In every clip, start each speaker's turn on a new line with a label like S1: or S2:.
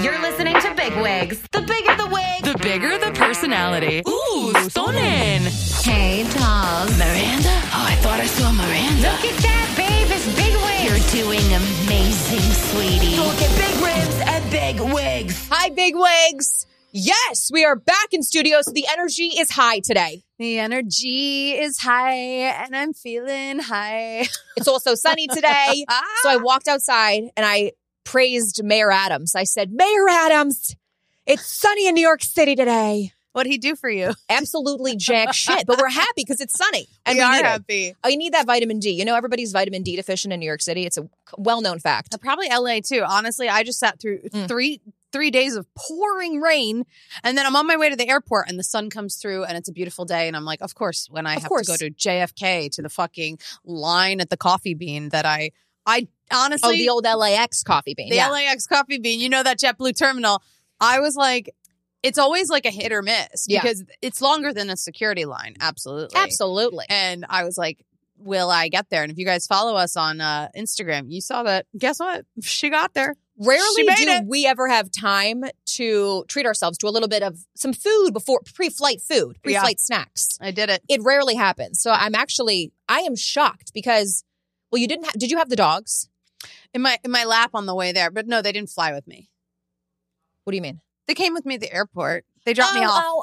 S1: You're listening to Big Wigs. The bigger the wig.
S2: The bigger the personality. Ooh, stunning.
S1: Hey, dolls.
S2: Miranda? Oh, I thought I saw Miranda.
S1: Look at that, babe. It's Big Wigs.
S2: You're doing amazing, sweetie.
S3: Look at big ribs and big wigs.
S4: Hi, big wigs. Yes, we are back in studio, so the energy is high today.
S5: The energy is high and I'm feeling high.
S4: It's also sunny today.
S5: Ah.
S4: so I walked outside and I praised Mayor Adams. I said, Mayor Adams, it's sunny in New York City today.
S5: What'd he do for you?
S4: Absolutely jack shit, but we're happy because it's sunny. And we, need it.
S5: happy.
S4: I need that vitamin D. You know, everybody's vitamin D deficient in New York City. It's a well known fact.
S5: Uh, Probably LA too. Honestly, I just sat through
S4: Mm.
S5: three three days of pouring rain and then I'm on my way to the airport and the sun comes through and it's a beautiful day and I'm like, of course, when I
S4: Of
S5: have
S4: course.
S5: to go to JFK to the fucking line at the coffee bean that I I
S4: Oh,
S5: honestly
S4: the old LAX coffee bean.
S5: the
S4: yeah.
S5: LAX coffee bean, you know that JetBlue terminal. I was like, it's always like a hit or miss
S4: Yeah.
S5: because it's longer than a security line. Absolutely.
S4: Absolutely.
S5: And I was like, will I get there? And if you guys follow us on uh, Instagram, you saw that. Guess what? She got there.
S4: Rarely
S5: made
S4: do
S5: it.
S4: we ever have time to treat ourselves to a little bit of some food before pre flight food, pre
S5: Yeah.
S4: flight snacks.
S5: I did it.
S4: It rarely happens. So I'm actually, I am shocked because, well, you didn't have, did you have the dogs?
S5: In my in my lap on the way there. But no, they didn't fly with me.
S4: What do you mean?
S5: They came with me at the airport. They dropped
S4: oh,
S5: me off.
S4: Oh,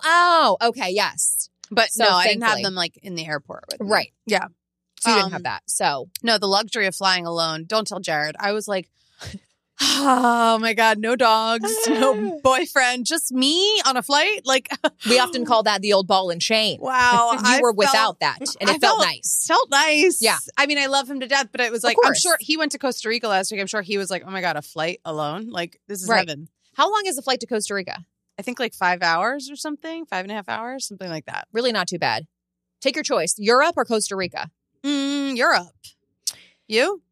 S4: oh, okay. Yes.
S5: But
S4: so
S5: no, I didn't have
S4: thankfully.
S5: them like in the airport with me.
S4: Right.
S5: Yeah.
S4: So you didn't
S5: Mm-hmm. Um,
S4: have that. So
S5: No, the luxury of flying alone. Don't tell Jared. I was like, oh my God, no dogs, no boyfriend, just me on a flight. Like,
S4: we often call that the old ball and chain.
S5: wow.
S4: you
S5: I
S4: were
S5: felt-
S4: without that and it
S5: I
S4: felt
S5: felt-
S4: nice.
S5: Felt nice.
S4: Yeah.
S5: I mean, I love him to death, but it was
S4: Of
S5: like, I'm
S4: course.
S5: sure he went to Costa Rica last week. I'm sure he was like, oh my God, a flight alone? Like, this is
S4: Right.
S5: heaven.
S4: How long is the flight to Costa Rica?
S5: I think like five hours or something, five and a half hours, something like that.
S4: Really not too bad. Take your choice Europe or Costa Rica.
S5: Mm, Europe. You?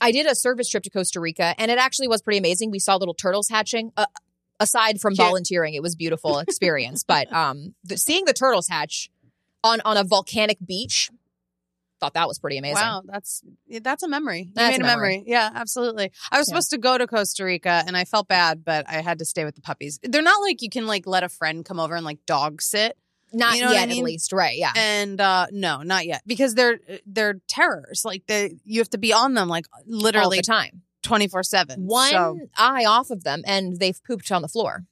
S4: I did a service trip to Costa Rica, and it actually was pretty amazing. We saw little turtles hatching. Uh, aside from
S5: Cute.
S4: volunteering, it was a beautiful experience. but um, the, seeing the turtles hatch on on a volcanic beach, thought that was pretty amazing.
S5: Wow, that's yeah, that's a memory. You
S4: That's
S5: made
S4: a
S5: a memory. Yeah, absolutely. I was
S4: Yeah.
S5: supposed to go to Costa Rica and I felt bad, but I had to stay with the puppies. They're not like you can like let a friend come over and like dog sit.
S4: Not
S5: You know what I
S4: yet,
S5: mean?
S4: at least, right? Yeah,
S5: And uh no, not yet. Because they're they're terrors. Like they you have to be on them like
S4: all
S5: literally
S4: the time.
S5: twenty four seven.
S4: One eye off of them, and they've pooped on the floor.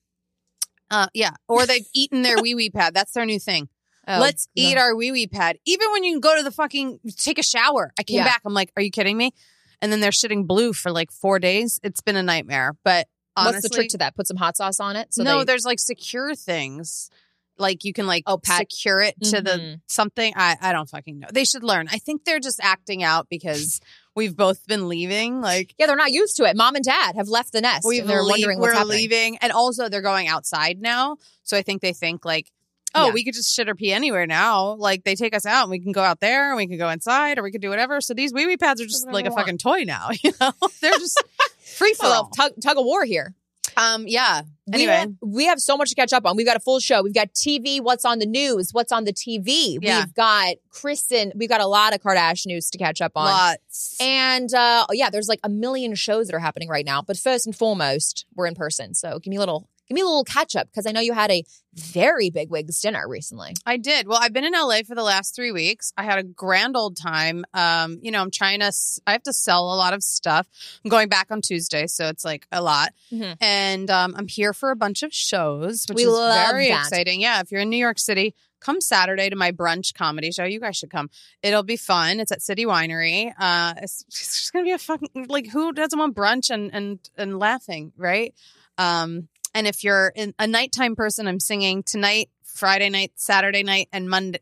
S5: uh yeah. Or they've eaten their wee wee pad. That's their new thing.
S4: Oh,
S5: Let's
S4: no.
S5: eat our wee wee pad. Even when you can go to the fucking take a shower. I came
S4: Yeah.
S5: back. I'm like, are you kidding me? And then they're shitting blue for like four days. It's been a nightmare. But honestly,
S4: What's the trick to that? Put some hot sauce on it. So
S5: no,
S4: they,
S5: there's like secure things. Like you can like
S4: Oh, pat-
S5: secure it to the
S4: Mhm.
S5: something. I I don't fucking know. They should learn. I think they're just acting out because we've both been leaving. Like
S4: yeah, they're not used to it. Mom and dad have left the nest,
S5: we've
S4: and they're
S5: leave-
S4: wondering
S5: we're
S4: what's happening.
S5: leaving, and also they're going outside now. So I think they think like. Oh,
S4: Yeah.
S5: we could just shit or pee anywhere now. Like they take us out and we can go out there and we can go inside or we can do whatever. So these wee wee pads are just
S4: whatever
S5: like a
S4: we want.
S5: fucking toy now, you know? They're just free for
S4: So
S5: all.
S4: tug, tug of war here.
S5: Um yeah.
S4: We
S5: Anyway.
S4: have, we have so much to catch up on. We've got a full show. We've got TV, what's on the news, what's on the TV.
S5: Yeah.
S4: We've got Kristen. We've got a lot of Kardashian news to catch up on.
S5: Lots.
S4: And uh, yeah, there's like a million shows that are happening right now. But first and foremost, we're in person. So give me a little, give me a little catch up because I know you had a very big wigs dinner recently.
S5: I did. Well, I've been in LA for the last three weeks. I had a grand old time. Um, you know, I'm trying to, s- I have to sell a lot of stuff. I'm going back on Tuesday, so it's like a lot.
S4: Mhm.
S5: And um, I'm here for a bunch of shows, which
S4: We
S5: is
S4: love
S5: very
S4: that.
S5: exciting. Yeah, if you're in New York City, come Saturday to my brunch comedy show. You guys should come. It'll be fun. It's at City Winery. Uh, it's, it's just gonna be a fucking like who doesn't want brunch and and and laughing, right? Um, and if you're in, a nighttime person, I'm singing tonight, Friday night, Saturday night, and Monday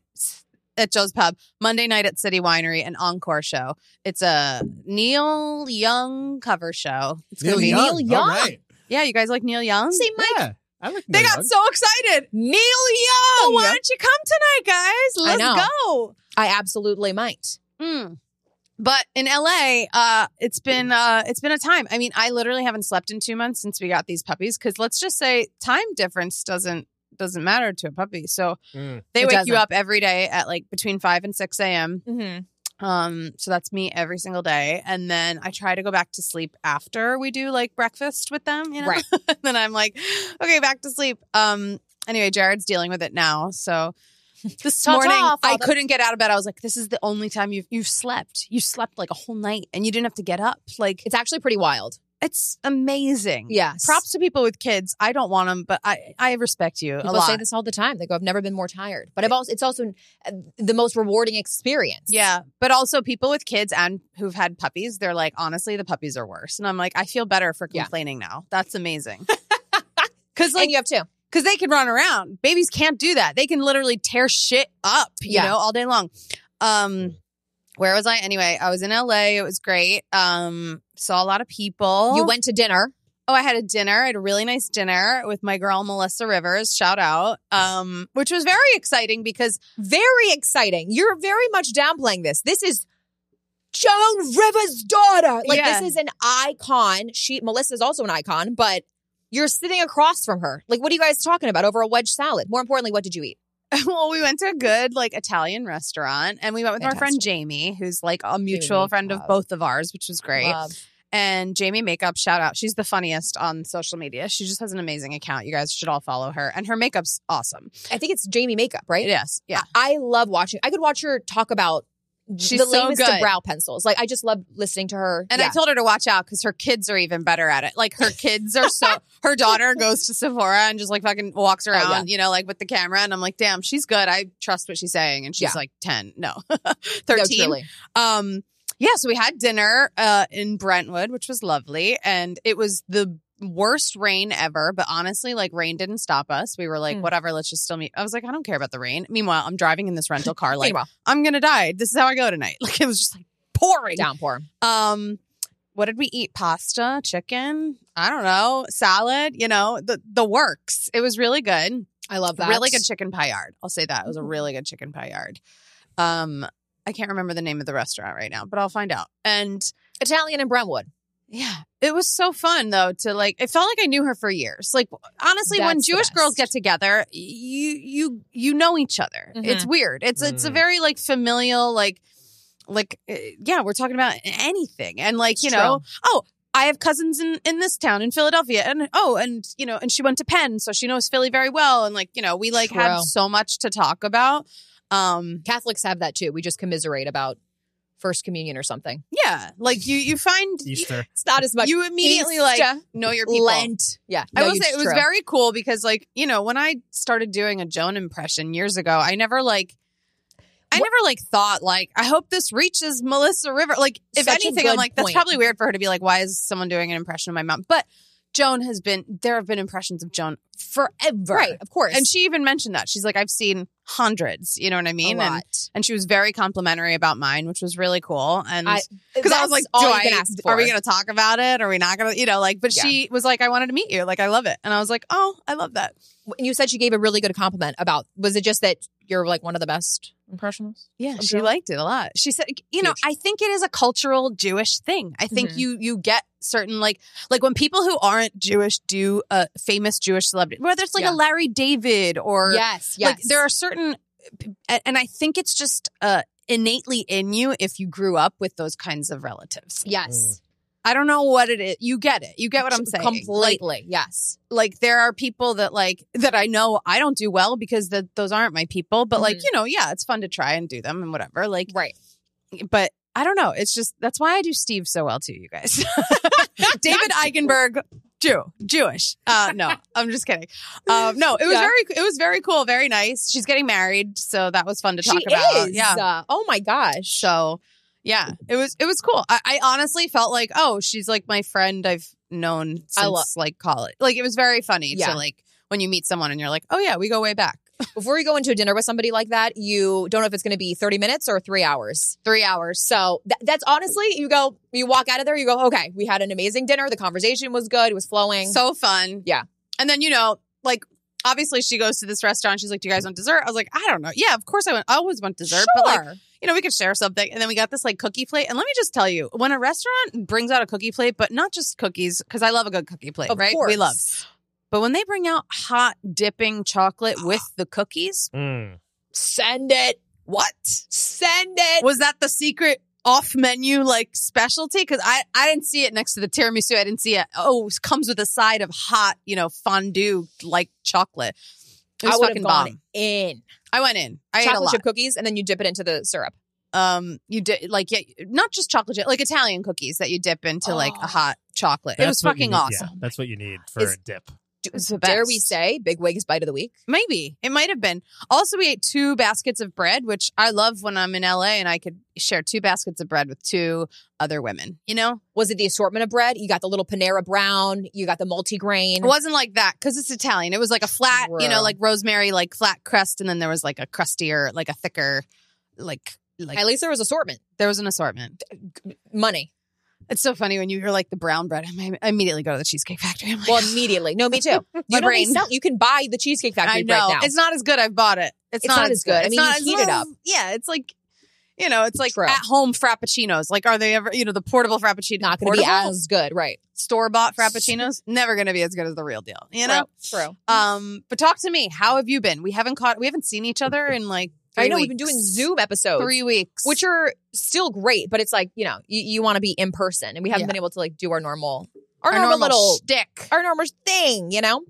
S5: at Joe's Pub, Monday night at City Winery, an encore show. It's a Neil Young cover show. It's gonna be
S4: Young. Neil
S6: All
S4: Young.
S6: right.
S5: yeah. You guys like Neil Young?
S4: See, Mike,
S6: Yeah, I like
S5: Mm, they
S6: Neil
S5: got
S6: Young.
S5: so excited.
S4: Neil
S5: Oh,
S4: Young.
S5: why don't you come tonight, guys? Let's
S4: know.
S5: go.
S4: I absolutely might.
S5: Mm. But in LA, uh, it's been uh, it's been a time. I mean, I literally haven't slept in two months since we got these puppies. Because let's just say time difference doesn't doesn't matter to a puppy. So
S6: Mm.
S5: they
S4: It
S5: wake you
S4: doesn't.
S5: up every day at like between five and six a.m.
S4: Mm-hmm.
S5: Um, so that's me every single day. And then I try to go back to sleep after we do like breakfast with them, you know?
S4: Right.
S5: and then I'm like, okay, back to sleep. Um, anyway, Jared's dealing with it now. So this
S4: Ta-ta,
S5: morning I
S4: father.
S5: couldn't get out of bed. I was like, this is the only time you've, you've slept. You slept like a whole night and you didn't have to get up. Like
S4: It's actually pretty wild.
S5: it's amazing.
S4: Yes.
S5: Props to people with kids. I don't want them, but I, I respect you a
S4: People
S5: lot.
S4: say this all the time. They go, "I've never been more tired," but I've also it's also uh, the most rewarding experience.
S5: Yeah, but also people with kids and who've had puppies, they're like, honestly, the puppies are worse. And I'm like, I feel better for
S4: Yeah.
S5: complaining now. That's amazing. Because
S4: and
S5: like,
S4: you have two.
S5: because they can run around. Babies can't do that. They can literally tear shit up, you
S4: Yeah. Mm.
S5: know, all day long. Um, where was I? Anyway, I was in LA. It was great. Um, saw a lot of people.
S4: You went to dinner.
S5: Oh, I had a dinner. I had a really nice dinner with my girl Melissa Rivers. Shout out. Um, which was very exciting because
S4: Very exciting. You're very much downplaying this. This is Joan Rivers' daughter. Like
S5: Yeah.
S4: this is an icon. She Melissa's also an icon, but you're sitting across from her. Like, what are you guys talking about over a wedge salad? More importantly, what did you eat?
S5: well, we went to a good like Italian restaurant, and we went with our friend
S4: Fantastic.
S5: Jamie, who's like a mutual friend of
S4: Makeup.
S5: both of ours, which was great.
S4: Love.
S5: And Jamie Makeup, shout out, she's the funniest on social media. She just has an amazing account. You guys should all follow her, and her makeup's awesome.
S4: I think it's Jamie Makeup, right?
S5: Yes, yeah,
S4: I love watching. I could watch her talk about
S5: She's
S4: the
S5: so
S4: latest
S5: good.
S4: of brow pencils. Like I just love listening to her.
S5: And
S4: Yeah.
S5: I told her to watch out because her kids are even better at it. Like her kids are so. her daughter goes to Sephora and just like fucking walks around,
S4: Oh, yeah.
S5: you know, like with the camera. And I'm like, damn, she's good. I trust what she's saying. And she's
S4: Yeah.
S5: like ten, no,
S4: No,
S5: thirteen.
S4: truly.
S5: Um, yeah, so we had dinner uh, in Brentwood, which was lovely, and it was the worst rain ever. But honestly, like rain didn't stop us. We were like,
S4: Mm.
S5: whatever, let's just still meet. I was like, I don't care about the rain. Meanwhile, I'm driving in this rental car, like
S4: Meanwhile.
S5: I'm gonna die. This is how I go tonight. Like it was just like pouring.
S4: downpour.
S5: Um, what did we eat? Pasta, chicken. I don't know, salad. You know, the the works. It was really good.
S4: I love that. Mm-hmm.
S5: Really good chicken paillard. I'll say that. It was a really good chicken paillard. Um, I can't remember the name of the restaurant right now, but I'll find out. And
S4: Italian in Brentwood.
S5: yeah, it was so fun though to like. It felt like I knew her for years. Like honestly, when
S4: That's the
S5: Jewish girls get
S4: best.
S5: together, you you you know each other.
S4: Mhm.
S5: It's weird. It's it's a
S6: Mm.
S5: very like familial like like uh, yeah. We're talking about anything and like you
S4: It's
S5: know oh. I have cousins in, in this town in Philadelphia and oh and you know and she went to Penn so she knows Philly very well and like you know we like have
S4: True.
S5: so much to talk about um
S4: Catholics have that too. We just commiserate about first communion or something.
S5: yeah like you you find
S6: Easter.
S4: It's not as much.
S5: you immediately like
S4: Easter,
S5: know your people
S4: Lent. Yeah.
S5: I
S4: No,
S5: will
S4: you-
S5: say it was
S4: true.
S5: very cool because, like, you know, when I started doing a Joan impression years ago, I never like, I
S4: What-
S5: never like thought like, I hope this reaches Melissa River. Like, if
S4: Such a
S5: anything, I'm
S4: good
S5: like, that's
S4: point.
S5: probably weird for her to be like, why is someone doing an impression of my mom? But Joan has been there have been impressions of Joan forever,
S4: right, of course.
S5: And she even mentioned that she's like, I've seen hundreds. You know what I
S4: a
S5: mean? And
S4: lot.
S5: and she was very complimentary about mine, which was really cool. And
S4: I-
S5: because I was
S4: That's
S5: like,
S4: all
S5: "Do
S4: you
S5: I?
S4: can ask
S5: Are we
S4: for.
S5: going to talk about it? Are we not going to? You know, like." But
S4: Yeah.
S5: she was like, "I wanted to meet you. Like, I love it." And I was like, "Oh, I love that."
S4: And you said she gave a really good compliment about. Was it just that you're like one of the best impressionists?
S5: Yeah, she
S4: Okay.
S5: liked it a lot. She said, "You know,
S4: Huge.
S5: I think it is a cultural Jewish thing. I think
S4: Mhm.
S5: you you get certain like like when people who aren't Jewish do a famous Jewish celebrity, whether it's like
S4: Yeah.
S5: a Larry David or
S4: yes.
S5: Like there are certain, and and I think it's just uh, innately in you if you grew up with those kinds of relatives.
S4: yes.
S5: I don't know what it is. You get it. You get what I'm saying. Like,
S4: Completely. yes.
S5: like there are people that like that I know I don't do well because that those aren't my people. But like
S4: Mhm.
S5: you know, yeah, it's fun to try and do them and whatever. Like,
S4: Right.
S5: but I don't know. It's just that's why I do Steve so well too. You guys, David Eigenberg. Jew, Jewish. Uh, no, I'm just kidding. Um, no, it was
S4: Yeah.
S5: very, it was very cool, very nice. She's getting married, so that was fun to talk
S4: she
S5: about.
S4: is.
S5: Yeah,
S4: Uh, oh my gosh.
S5: so yeah, it was it was cool. I, I honestly felt like, oh, she's like my friend I've known since
S4: I lo-
S5: like college. Like it was very funny
S4: Yeah.
S5: to like when you meet someone and you're like, oh yeah, we go way back.
S4: Before you go into a dinner with somebody like that, you don't know if it's going to be 30 minutes or three hours.
S5: Three hours.
S4: So that, that's honestly, you go, you walk out of there, you go, okay, we had an amazing dinner. The conversation was good. It was flowing.
S5: So fun.
S4: Yeah.
S5: And then, you know, like obviously she goes to this restaurant. She's like, Do you guys want dessert? I was like, I don't know. Yeah, of course I want I always want dessert. But like,
S4: Sure.
S5: you know, we could share something. And then we got this like cookie plate. And let me just tell you, when a restaurant brings out a cookie plate, but not just cookies, because I love a good cookie plate,
S4: of
S5: right?
S4: course.
S5: We love. But when
S4: Ah.
S5: they bring out hot dipping chocolate with the cookies,
S6: Mm.
S4: Send it.
S5: What?
S4: Send it.
S5: Was that the secret off menu like specialty? Because I, I didn't see it next to the tiramisu. I didn't see it. Oh, it comes with a side of hot, you know, fondue like chocolate. It was
S4: I would
S5: fucking
S4: have gone
S5: bomb.
S4: in.
S5: I went in. I ate a
S4: Chocolate
S5: lot.
S4: chip cookies, and then you dip it into the syrup.
S5: Um, you did like yeah, not just chocolate chip, like Italian cookies that you dip into like
S4: Oh.
S5: a hot chocolate. it was
S6: That's what
S5: fucking
S6: you need- yeah,
S5: awesome.
S6: that's what you need for
S4: Is-
S6: a dip.
S4: Do-
S5: It's the
S4: Dare
S5: best.
S4: we say Big Wig's bite of the week?
S5: Maybe it might have been. Also, we ate two baskets of bread, which I love when I'm in LA and I could share two baskets of bread with two other women. You know,
S4: Was it the assortment of bread? You got the little Panera Brown. You got the multigrain.
S5: it wasn't like that because it's Italian. It was like a flat, you know,
S4: Sure.
S5: like rosemary, like flat crust, and then there was like a crustier, like a thicker, like like
S4: At least there was assortment.
S5: there was an assortment.
S4: Money.
S5: It's so funny when you hear like the brown bread. I'm- I immediately go to the Cheesecake Factory. I'm like,
S4: Well, immediately. No, me too. You know they
S5: brain.
S4: sell. You can buy the Cheesecake Factory
S5: I know.
S4: right now.
S5: It's not as good. I've bought it. It's, not, as good.
S4: I mean, you
S5: not as
S4: heat it
S5: well
S4: up.
S5: as- Yeah, it's like you know, it's like
S4: True.
S5: at home frappuccinos. Like, are they ever you know the portable frappuccino?
S4: not going to be
S5: portable
S4: as good, right?
S5: store bought frappuccinos. Never going to be as good as the real deal. You know.
S4: true. true.
S5: Um, but talk to me. How have you been? We haven't caught. We haven't seen each other in like.
S4: I
S5: three
S4: know we've been doing
S5: weeks.
S4: Zoom episodes,
S5: three weeks,
S4: which are still great, but it's like you know you, you want to be in person, and we haven't
S5: Yeah.
S4: been able to like do our normal,
S5: our, normal,
S4: little,
S5: shtick.
S4: our normal thing. You know,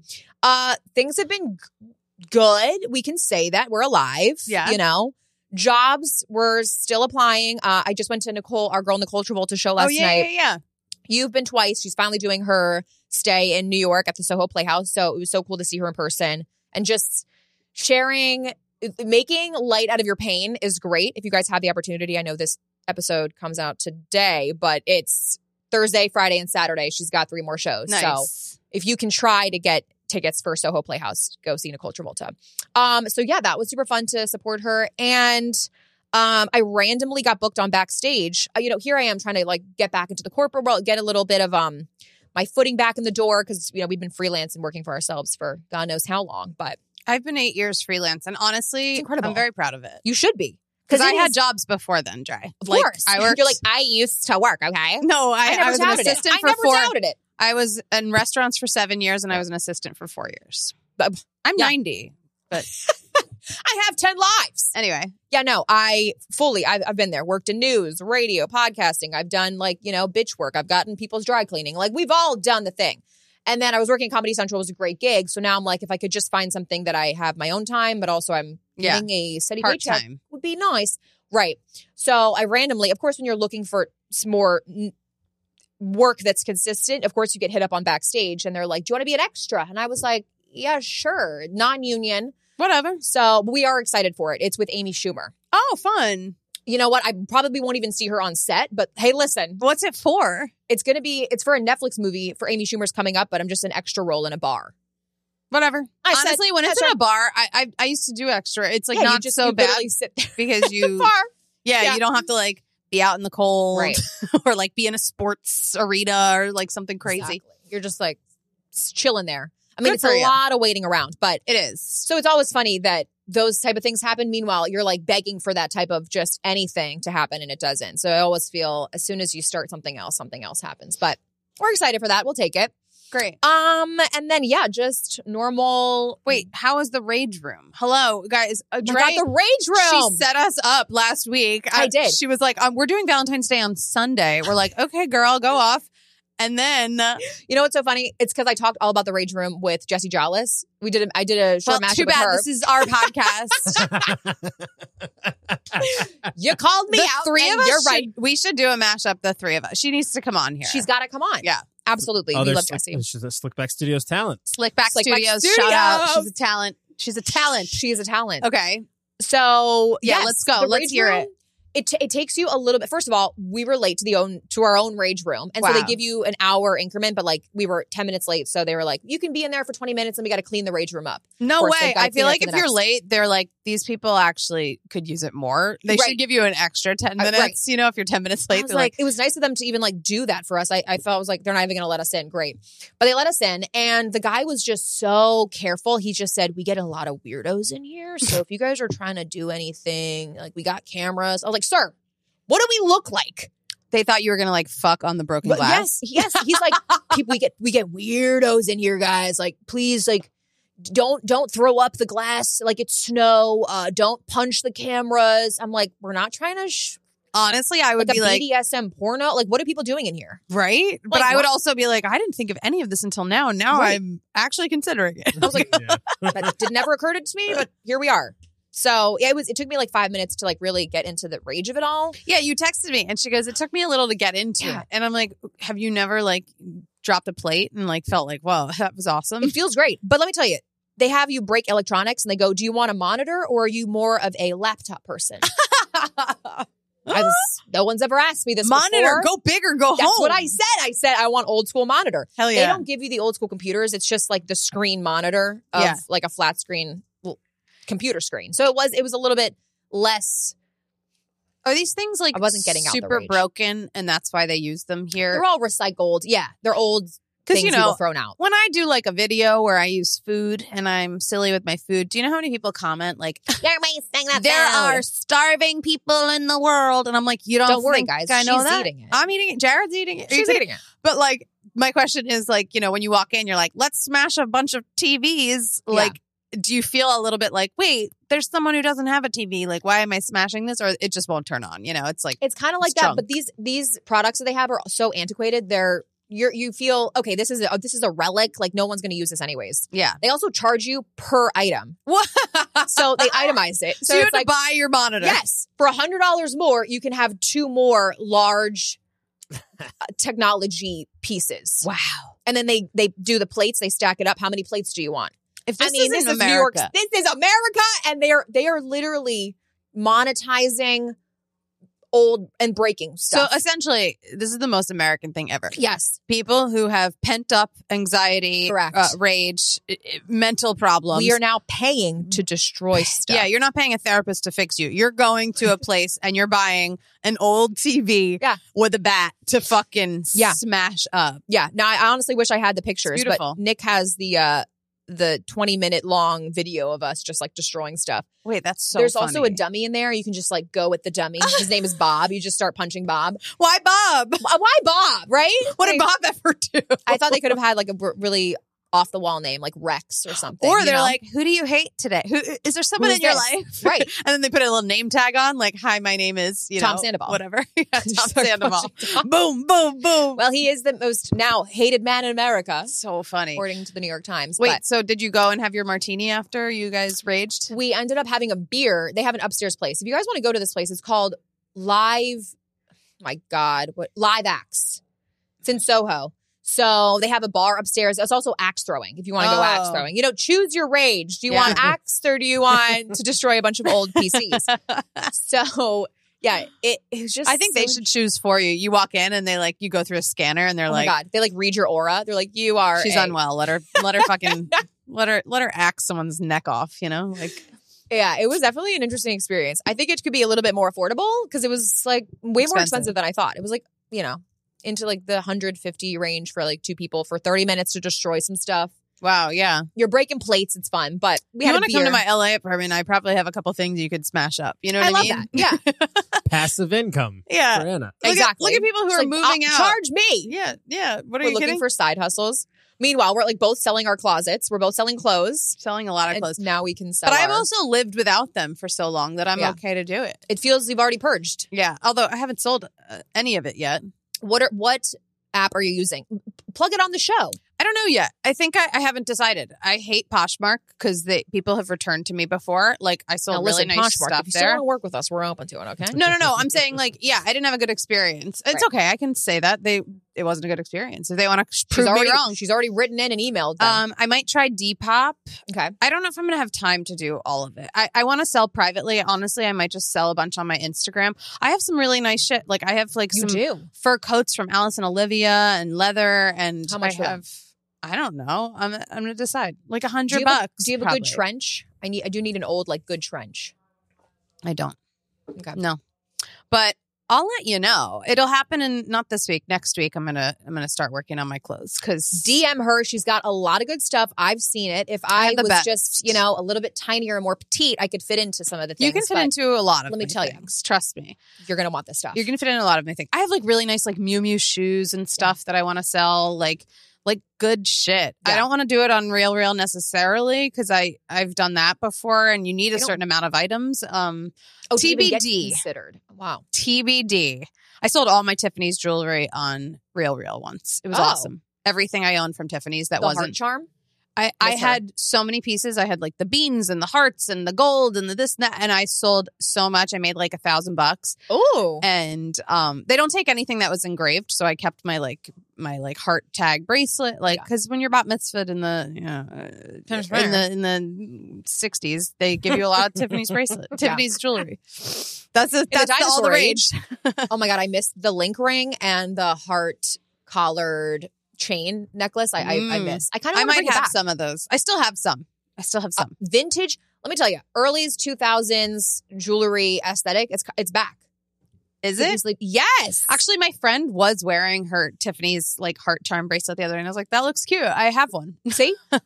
S4: uh, things have been g- good. We can say that we're alive.
S5: Yeah.
S4: you know. Jobs we're still applying. Uh, I just went to Nicole, our girl Nicole Travolta show last
S5: oh yeah,
S4: night.
S5: yeah, yeah.
S4: You've been twice. She's finally doing her stay in New York at the Soho Playhouse. So it was so cool to see her in person and just sharing, uh, making light out of your pain is great. If you guys have the opportunity, I know this episode comes out today, but it's Thursday, Friday, and Saturday. She's got three more shows. So
S5: Nice.
S4: if you can try to get tickets for Soho Playhouse, go see Nicole Travolta. Um, so yeah, that was super fun to support her. And um, I randomly got booked on backstage. Uh, you know, here I am trying to like get back into the corporate world, get a little bit of um my footing back in the door because you know we've been freelance and working for ourselves for God knows how long, but
S5: I've been eight years freelance, and honestly,
S4: It's incredible.
S5: I'm very proud of it
S4: you should be
S5: because I
S4: it
S5: had
S4: is-
S5: jobs before then, Dry.
S4: Of
S5: like,
S4: course,
S5: I worked.
S4: You're like I used to work. Okay,
S5: No, I,
S4: I
S5: I,
S4: never
S5: was an
S4: doubted it.
S5: assistant
S4: I
S5: for
S4: never
S5: four.
S4: doubted it.
S5: I was in restaurants for seven years, and I was an assistant for four years.
S4: But-
S5: I'm
S4: yeah.
S5: ninety
S4: I have ten lives.
S5: anyway.
S4: Yeah, no, I fully, I've, I've been there, worked in news, radio, podcasting. I've done like, you know, bitch work. I've gotten people's dry cleaning. Like, we've all done the thing. And then I was working at Comedy Central, it was a great gig. So now I'm like, if I could just find something that I have my own time, but also I'm
S5: Yeah,
S4: getting a steady
S5: part
S4: paycheck
S5: time.
S4: would be nice. Right. So I randomly, of course, when you're looking for some more n- work that's consistent, of course, you get hit up on backstage and they're like, do you want to be an extra? And I was like, yeah, sure. Non union.
S5: Whatever.
S4: So but we are excited for it. It's with Amy Schumer
S5: Oh, fun.
S4: you know what? I probably won't even see her on set, but hey, listen,
S5: What's it for?
S4: it's going to be, it's for a Netflix movie for Amy Schumer's coming up, but I'm just an extra role in a bar.
S5: Whatever.
S4: I said-
S5: Honestly, when it's
S4: I
S5: in
S4: said-
S5: a bar, I, I I used to do extra. It's like
S4: Yeah,
S5: not
S4: you just,
S5: so
S4: you
S5: bad
S4: literally sit there
S5: because you
S4: bar.
S5: yeah,
S4: Yeah.
S5: you don't have to like be out in the cold
S4: Right.
S5: or like be in a sports arena or like something crazy.
S4: Exactly. You're just like s- chilling there. I mean,
S5: Good
S4: it's
S5: for
S4: a
S5: ya.
S4: lot of waiting around, but
S5: It is.
S4: so it's always funny that those type of things happen. Meanwhile, you're like begging for that type of just anything to happen and it doesn't. So I always feel as soon as you start something else, something else happens, but we're excited for that. We'll take it.
S5: Great.
S4: Um, and then yeah, just normal.
S5: Wait, how is the rage room? Hello, guys. Uh,
S4: we got
S5: Dre-
S4: the rage room.
S5: She set us up last week.
S4: I did.
S5: She was like, um, "We're doing Valentine's Day on Sunday." We're like, "Okay, girl, go off." And then, uh,
S4: You know what's so funny? It's because I talked all about the rage room with Jesse Jollis. We did. A, I did a
S5: well,
S4: short match
S5: too
S4: with
S5: bad
S4: her.
S5: this is our podcast.
S4: you called me
S5: the
S4: out.
S5: three
S4: and
S5: of us.
S4: You're right.
S5: should- we should do a mashup. The three of us. She needs to come on here.
S4: She's got to come on.
S5: Yeah.
S4: absolutely.
S6: Other
S4: we love
S6: Oh, slick-
S4: Jesse.
S6: she's a Slickback Studios talent.
S5: Slickback
S4: Slickback
S5: Studios. Shout out.
S4: Studios.
S5: She's a talent. She's a talent.
S4: She is a talent.
S5: Okay.
S4: So
S5: Yeah,
S4: yes,
S5: let's go.
S4: the
S5: Let's
S4: Rage
S5: hear
S4: Room,
S5: it.
S4: It, t- it takes you a little bit. First of all, we relate to the own to our own rage room, and so they
S5: Wow.
S4: give you an hour increment. But like we were ten minutes late, so they were like, "You can be in there for twenty minutes, and we got to clean the rage room up."
S5: No
S4: course, they've
S5: way.
S4: gotta
S5: I
S4: clean
S5: feel
S4: up
S5: like
S4: for
S5: if
S4: the
S5: you're
S4: next-
S5: late, they're like, these people actually could use it more. They
S4: Right.
S5: should give you an extra 10
S4: Uh,
S5: minutes. You know, if you're 10 minutes late,
S4: I was
S5: they're
S4: like,
S5: like,
S4: it was nice of them to even like do that for us. I, I felt I was like, they're not even gonna let us in. Great. But they let us in. And the guy was just so careful. He just said, We get a lot of weirdos in here. So if you guys are trying to do anything, like we got cameras. I was like, sir, what do we look like?
S5: they thought you were going to like fuck on the broken
S4: But
S5: glass.
S4: yes, yes. He's like, "People, we get we get weirdos in here, guys. Like, please, like, don't don't throw up the glass like it's snow. Uh, don't punch the cameras. I'm like, we're not trying to sh-
S5: Honestly, I would
S4: like a
S5: be like,
S4: BDSM porno. Like, what are people doing in here?
S5: right? but I would
S4: what-
S5: also be like, I didn't think of any of this until now. Now
S4: Right.
S5: I'm actually considering it.
S4: I was like, that did never occur to me, but here we are. So yeah, it was. It took me like five minutes to like really get into the rage of it all.
S5: Yeah, you texted me and she goes, It took me a little to get into
S4: Yeah.
S5: it. And I'm like, Have you never like dropped a plate and like felt like, Whoa, that was awesome?
S4: It feels great, but let me tell you, they have you break electronics and they go, "Do you want a monitor or are you more of a laptop person?" I was, no one's ever asked me this.
S5: Monitor,
S4: before.
S5: go big or go
S4: That's
S5: home.
S4: what I said. I said I want old school monitor.
S5: Hell
S4: They
S5: yeah.
S4: don't give you the old school computers. It's just like the screen monitor of
S5: Yeah.
S4: like a flat screen well, computer screen. So it was it was a little bit less.
S5: Are these things like
S4: I wasn't getting out the
S5: super
S4: rage.
S5: broken and that's why they use them here?
S4: They're all recycled. Yeah, they're old
S5: Because
S4: things
S5: you
S4: people
S5: know,
S4: thrown out.
S5: when I do like a video where I use food and I'm silly with my food, do you know how many people comment like
S4: They're amazing. That
S5: there
S4: food.
S5: are starving people in the world? And I'm like, you don't,
S4: Don't worry,
S5: think
S4: guys.
S5: I know
S4: She's
S5: that.
S4: eating it.
S5: I'm eating it. Jared's eating it. Are you
S4: She's
S5: kidding?
S4: eating it.
S5: But like, my question is like, you know, when you walk in, you're like, let's smash a bunch of TVs.
S4: Yeah.
S5: Like, do you feel a little bit like, wait, there's someone who doesn't have a TV? Like, why am I smashing this? Or it just won't turn on? You know, it's like,
S4: It's kind of like
S5: It's
S4: that,
S5: junk.
S4: but these these products that they have are so antiquated. They're you you feel okay. This is a, this is a relic. Like no one's going to use this anyways.
S5: yeah.
S4: They also charge you per item,
S5: What?
S4: so they itemize it.
S5: So,
S4: So,
S5: you
S4: it's
S5: have
S4: like
S5: to buy your monitor.
S4: yes, for a hundred dollars more, you can have two more large uh, technology pieces.
S5: Wow.
S4: And then they they do the plates. They stack it up. How many plates do you want?
S5: If
S4: I mean, this
S5: isn't
S4: is New York.
S5: America-
S4: This is America, and they are they are literally monetizing old and breaking
S5: So uh,
S4: stuff.
S5: essentially, this is the most American thing ever.
S4: yes,
S5: People who have pent up anxiety,
S4: Correct.
S5: uh, rage, i- i- mental problems.
S4: we are now paying to destroy stuff.
S5: yeah, you're not paying a therapist to fix you. You're going to a place and you're buying an old TV
S4: Yeah.
S5: with a bat to fucking
S4: Yeah.
S5: smash up.
S4: yeah. Now I honestly wish I had the pictures,
S5: beautiful.
S4: but Nick has the uh the 20 minute long video of us just like destroying stuff.
S5: Wait, that's so.
S4: There's also a
S5: funny.
S4: dummy in there. You can just like go with the dummy. His name is Bob. You just start punching Bob.
S5: why Bob?
S4: Uh, Why Bob? Right?
S5: What did
S4: Like,
S5: Bob ever do?
S4: I thought they could have had like a br- really off the wall name like Rex or something.
S5: Or
S4: you
S5: they're
S4: know?
S5: like, who do you hate today? Who is there someone
S4: Who's
S5: in your
S4: this?
S5: life?
S4: Right.
S5: and then they put a little name tag on, like, "Hi, my name is you
S4: Tom
S5: know,
S4: Sandoval.
S5: whatever." Yeah, Tom
S4: Just start
S5: Sandoval.
S4: punching Tom.
S5: boom, boom, boom.
S4: Well, he is the most now hated man in America,
S5: so funny.
S4: according to the New York Times.
S5: Wait, so did you go and have your martini after you guys raged?
S4: but we ended up having a beer. They have an upstairs place. If you guys want to go to this place, it's called Live. My God, what Live Axe? It's in Soho. So they have a bar upstairs. It's also axe throwing. If you want to go
S5: Oh.
S4: axe throwing, you know, choose your rage. Do you
S5: Yeah.
S4: want axe or do you want to destroy a bunch of old PCs? so yeah, it, it was just.
S5: I think they
S4: so
S5: should choose for you. You walk in and they like you go through a scanner and they're
S4: Oh
S5: like,
S4: my God, they like read your aura. They're like, you are.
S5: she's
S4: a-
S5: unwell. Let her, let her fucking, let her, let her axe someone's neck off. You know, like
S4: Yeah, it was definitely an interesting experience. I think it could be a little bit more affordable because it was like way more
S5: Expensive.
S4: expensive than I thought. It was like, you know, into like the 150 range for like two people for 30 minutes to destroy some stuff.
S5: wow, yeah.
S4: You're breaking plates, it's fun, but we
S5: you
S4: had a
S5: want to come to
S4: beer.
S5: my LA apartment? I probably have a couple things you could smash up. You know what
S4: I
S5: I,
S4: love
S5: mean?
S4: that. Yeah,
S6: Passive income
S5: Yeah,
S6: for Anna.
S5: Look at-
S4: exactly.
S5: look at people who
S4: It's
S5: are
S4: like,
S5: moving
S4: "Uh,
S5: out.
S4: Charge me.
S5: Yeah, yeah. What are
S4: We're
S5: you
S4: looking
S5: kidding?
S4: for side hustles. Meanwhile, we're like both selling our closets. We're both selling clothes.
S5: Selling a lot of
S4: And
S5: clothes,
S4: now we can sell.
S5: but I've
S4: our-
S5: also lived without them for so long that I'm
S4: Yeah.
S5: okay to do it.
S4: It feels we've already purged.
S5: Yeah, although I haven't sold uh, any of it yet.
S4: What are, what app are you using? P- Plug it on the show.
S5: I don't know yet. I think I, I haven't decided. I hate Poshmark because they people have returned to me before. Like I sold
S4: Now,
S5: really
S4: listen,
S5: nice
S4: Poshmark,
S5: stuff
S4: if you still
S5: there.
S4: want to work with us, we're open to it. Okay.
S5: No, no, no. I'm saying like, yeah, I didn't have a good experience. It's
S4: Right.
S5: okay. I can say that they it wasn't a good experience. If they want to
S4: She's
S5: prove
S4: already
S5: me wrong,
S4: She's already written in and emailed them.
S5: um, I might try Depop.
S4: okay.
S5: I don't know if I'm going to have time to do all of it. I, I want to sell privately. Honestly, I might just sell a bunch on my Instagram. I have some really nice shit. Like I have like
S4: You
S5: some
S4: do.
S5: fur coats from Alice and Olivia and leather and
S4: How much
S5: I
S4: for them?
S5: have I don't know. I'm I'm gonna decide. Like a
S4: Do
S5: hundred
S4: you have, a-
S5: bucks.
S4: do you have a good
S5: probably.
S4: trench? I need I do need an old, like good trench.
S5: I don't.
S4: Okay.
S5: No. But I'll let you know. It'll happen in not this week, next week. I'm gonna I'm gonna start working on my clothes because
S4: DM her. She's got a lot of good stuff. I've seen it. If I,
S5: have the
S4: was
S5: best.
S4: just, you know, a little bit tinier and more petite, I could fit into some of the things.
S5: you can fit
S4: but
S5: into a lot of
S4: let me
S5: my
S4: tell you.
S5: things, Trust me.
S4: You're gonna want this stuff.
S5: You're gonna fit in a lot of my things. I have like really nice like Miu Miu shoes and stuff that I want to sell. Like like good shit. I
S4: Yeah.
S5: don't want to do it on Real Real necessarily because I I've done that before, and you need
S4: I
S5: a
S4: don't-
S5: certain amount of items. Um,
S4: Oh, to even get
S5: TBD.
S4: considered. Wow.
S5: TBD. I sold all my Tiffany's jewelry on Real Real once. It was
S4: Oh.
S5: awesome. Everything I owned from Tiffany's that
S4: the heart
S5: wasn't.
S4: charm.
S5: I, I
S4: Yes, sir.
S5: had so many pieces. I had like the beans and the hearts and the gold and the this and that. And I sold so much. I made like a thousand bucks.
S4: Oh.
S5: And um, they don't take anything that was engraved. So I kept my like my like heart tag bracelet. Like
S4: Yeah.
S5: because when you're bat mitzvahed in the you know, uh,
S4: Times
S5: in the in the sixties, they give you a lot of Tiffany's bracelet, Tiffany's jewelry. That's the, that's the, all the
S4: dinosaur
S5: rage.
S4: oh my god, I missed the link ring and the heart collared chain necklace. I I, I
S5: Mm.
S4: missed. I kind
S5: I
S4: of
S5: might have
S4: back.
S5: some of those. I still have some. I still have
S4: Uh,
S5: some.
S4: vintage. Let me tell you, early two thousands jewelry aesthetic. It's it's back.
S5: Is
S4: Could you
S5: it?
S4: sleep- Yes.
S5: Actually, my friend was wearing her Tiffany's like heart charm bracelet the other day, and I was like, "That looks cute. I have one."
S4: see, I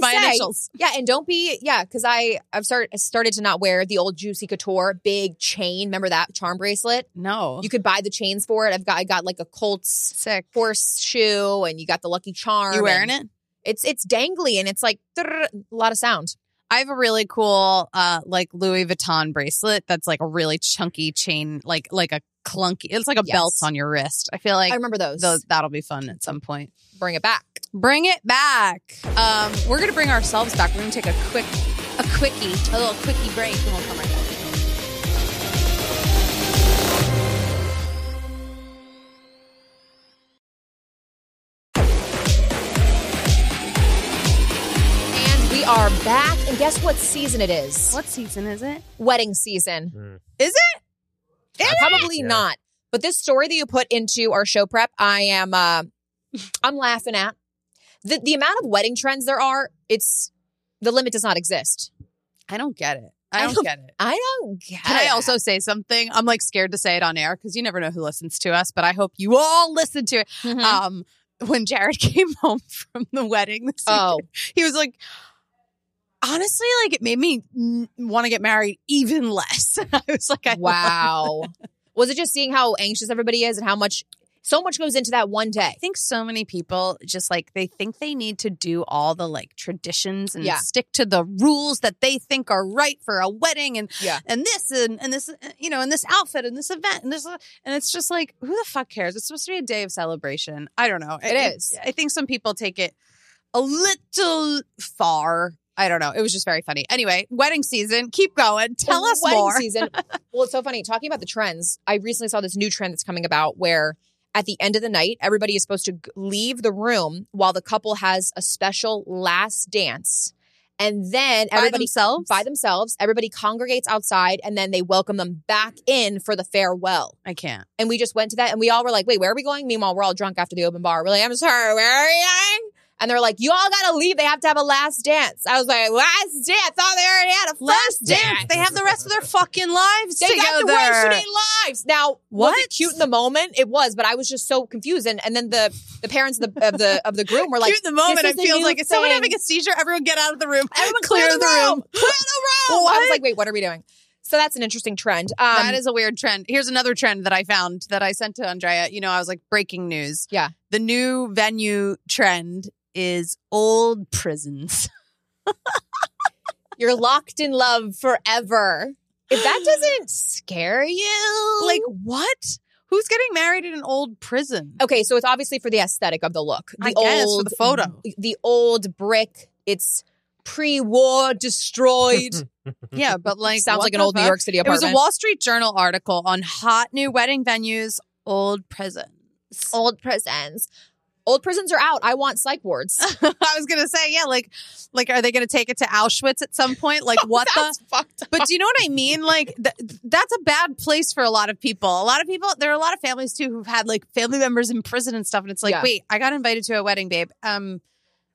S5: my
S4: say-
S5: initials.
S4: yeah, and don't be yeah, because I I've started started to not wear the old Juicy Couture big chain. Remember that charm bracelet?
S5: No,
S4: You could buy the chains for it. I've got I got like a Colts
S5: sick.
S4: horseshoe, and you got the Lucky Charm.
S5: You wearing
S4: and
S5: it?
S4: It's it's dangly and it's like "Trrr," a lot of sound.
S5: I have a really cool, uh, like Louis Vuitton bracelet that's like a really chunky chain, like like a clunky. It's like a
S4: Yes.
S5: belt on your wrist. I feel like
S4: I remember those.
S5: those, that'll be fun at some point.
S4: Bring it back.
S5: Bring it back. Um, we're gonna bring ourselves back. We're gonna take a quick, a quickie, a little quickie break, and we'll come right back.
S4: And we are back. And guess what season it is?
S5: What season is it?
S4: Wedding season.
S6: Mm.
S5: Is it?
S4: Probably
S6: Yeah.
S4: not. But this story that you put into our show prep, I am uh I'm laughing at. The the amount of wedding trends there are, it's the limit does not exist.
S5: I don't get it.
S4: I
S5: I don't
S4: don't-
S5: get it.
S4: I don't get
S5: Can I also say something? I'm like scared to say it on air because you never know who listens to us, but I hope you all listen to it. Um, when Jared came home from the wedding, this
S4: Oh,
S5: weekend, he was like, honestly, like it made me want to get married even less. I was like, I
S4: Oh, wow. Was it just seeing how anxious everybody is and how much so much goes into that one day?
S5: I think so many people just like they think they need to do all the like traditions and
S4: Yeah.
S5: stick to the rules that they think are right for a wedding and
S4: Yeah.
S5: and this and, and this uh, you know and this outfit and this event and this uh, and it's just like who the fuck cares? It's supposed to be a day of celebration. I don't know.
S4: It is.
S5: I think some people take it a little far. I don't know. It was just very funny. Anyway, wedding season. Keep going. Tell us
S4: wedding
S5: more.
S4: season. Well, it's so funny talking about the trends. I recently saw this new trend that's coming about where at the end of the night, everybody is supposed to g- leave the room while the couple has a special last dance, and then
S5: by
S4: everybody
S5: themselves.
S4: by themselves. Everybody congregates outside, and then they welcome them back in for the farewell.
S5: I can't.
S4: And we just went to that, and we all were like, "Wait, where are we going?" Meanwhile, we're all drunk after the open bar. We're like, "I'm sorry, where are we going?" And they're like, "You all gotta leave. They have to have a last dance." I was like, "Last dance? Oh, they already had a first
S5: Last
S4: dance.
S5: dance. They have the rest of their fucking lives
S4: They
S5: together.
S4: got to waste their lives. Now, was
S5: What?
S4: it cute in the moment? It was, but I was just so confused. And and then the the parents of the of the of the groom were like,
S5: cute in the moment.
S4: this
S5: I
S4: is a
S5: feel
S4: new
S5: like is someone
S4: thing.
S5: having a seizure? Everyone get out of the Oh, room.
S4: "Everyone clear, the, room, clear the room." I was like, "Wait, what are we doing?" So that's an interesting trend. Um,
S5: that is a weird trend. Here's another trend that I found that I sent to Andrea. You know, I was like breaking news.
S4: Yeah.
S5: The new venue trend is old prisons.
S4: you're locked in love forever. If that doesn't scare you,
S5: like what? Who's getting married in an old prison?
S4: okay, so it's obviously for the aesthetic of the look, the
S5: I guess, for
S4: old
S5: the photo.
S4: the old brick. It's pre-war destroyed.
S5: Yeah, but like
S4: Sounds
S5: what
S4: like an
S5: the
S4: old New
S5: fuck?
S4: York City
S5: It was
S4: apartment.
S5: a Wall Street Journal article on hot new wedding venues, old prisons.
S4: old prisons. Old prisons are out. I want psych wards.
S5: I was gonna say, yeah, like, like, are they gonna take it to Auschwitz at some point? Like, what the? But do you know what I mean? Like, th- that's a bad place for a lot of people. A lot of people, there are a lot of families too who've had like family members in prison and stuff. And it's like,
S4: Yeah.
S5: wait, I got invited to a wedding, babe. Um,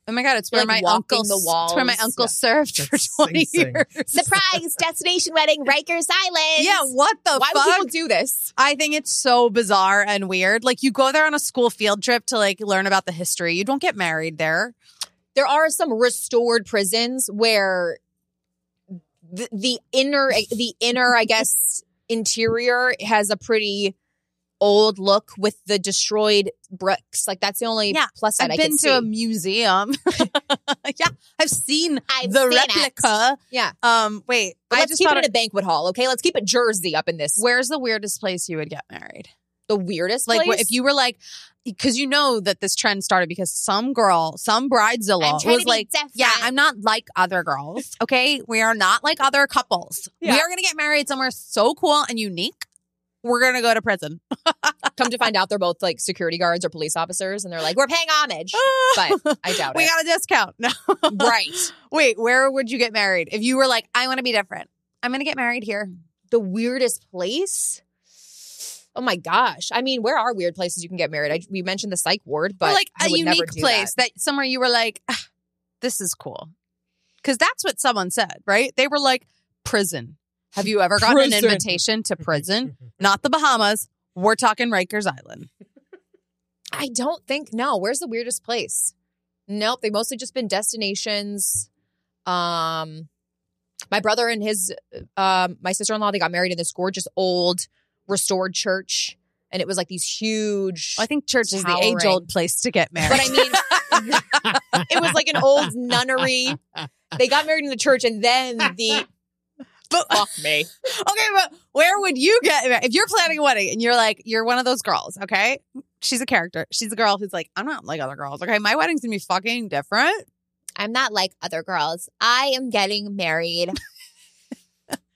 S5: oh my god, it's where
S4: You're, like,
S5: my
S4: walking
S5: uncle,
S4: the
S5: it's where my
S4: walls.
S5: uncle served for
S6: That's
S5: twenty
S6: Sing Sing.
S5: years.
S4: Surprise destination wedding, Rikers Island.
S5: Yeah, what the
S4: Why
S5: fuck?
S4: would people do this?
S5: I think it's so bizarre and weird. Like you go there on a school field trip to like learn about the history. You don't get married there.
S4: There are some restored prisons where the, the inner, the inner, I guess, interior has a pretty old look with the destroyed bricks. Like that's the only
S5: Yeah,
S4: plus side
S5: I've
S4: I
S5: been
S4: can
S5: to
S4: see.
S5: a museum. yeah, I've seen
S4: I've
S5: the
S4: seen it.
S5: replica.
S4: Yeah.
S5: Um, wait,
S4: But
S5: I
S4: let's
S5: just
S4: keep
S5: thought.
S4: it in a banquet hall, okay? Let's keep it Jersey up in this.
S5: where's the weirdest place you would get married?
S4: the weirdest
S5: Like,
S4: place.
S5: if you were like, because you know that this trend started because some girl, some bridezilla
S4: I'm trying
S5: was
S4: to be
S5: like, "Yeah, I'm not like other girls. Okay, we are not like other couples.
S4: Yeah.
S5: We are gonna get married somewhere so cool and unique. We're gonna go to prison."
S4: come to find out they're both like security guards or police officers and they're like, we're paying homage. But I doubt
S5: Oh, we
S4: it.
S5: got a discount. No.
S4: right.
S5: Wait, where would you get married if you were like, I want to be different? I'm gonna get married here.
S4: The weirdest place? Oh my gosh. I mean, where are weird places you can get married? I, we mentioned the psych ward, but
S5: Or like
S4: I
S5: a
S4: would never
S5: unique
S4: do
S5: place that. somewhere you were like, "Ah, this is cool. Because that's what someone said, right? They were like, prison. Have you ever gotten an
S6: Prison.
S5: invitation to prison? Not the Bahamas. We're talking Rikers Island.
S4: that. I don't think, no. Where's the weirdest place? Nope. They've mostly just been destinations. Um, my brother and his, um, my sister in law, they got married in this gorgeous old restored church. And it was like these huge.
S5: I think church is the
S4: Towering.
S5: age old place to get married.
S4: But I mean, it was like an old nunnery. They got married in the church, and then the
S5: But-
S4: fuck me.
S5: okay, but where would you get married? If you're planning a wedding and you're like, you're one of those girls, okay? She's a character. She's a girl who's like, I'm not like other girls. Okay, my wedding's gonna be fucking different.
S4: I'm not like other girls. I am getting married.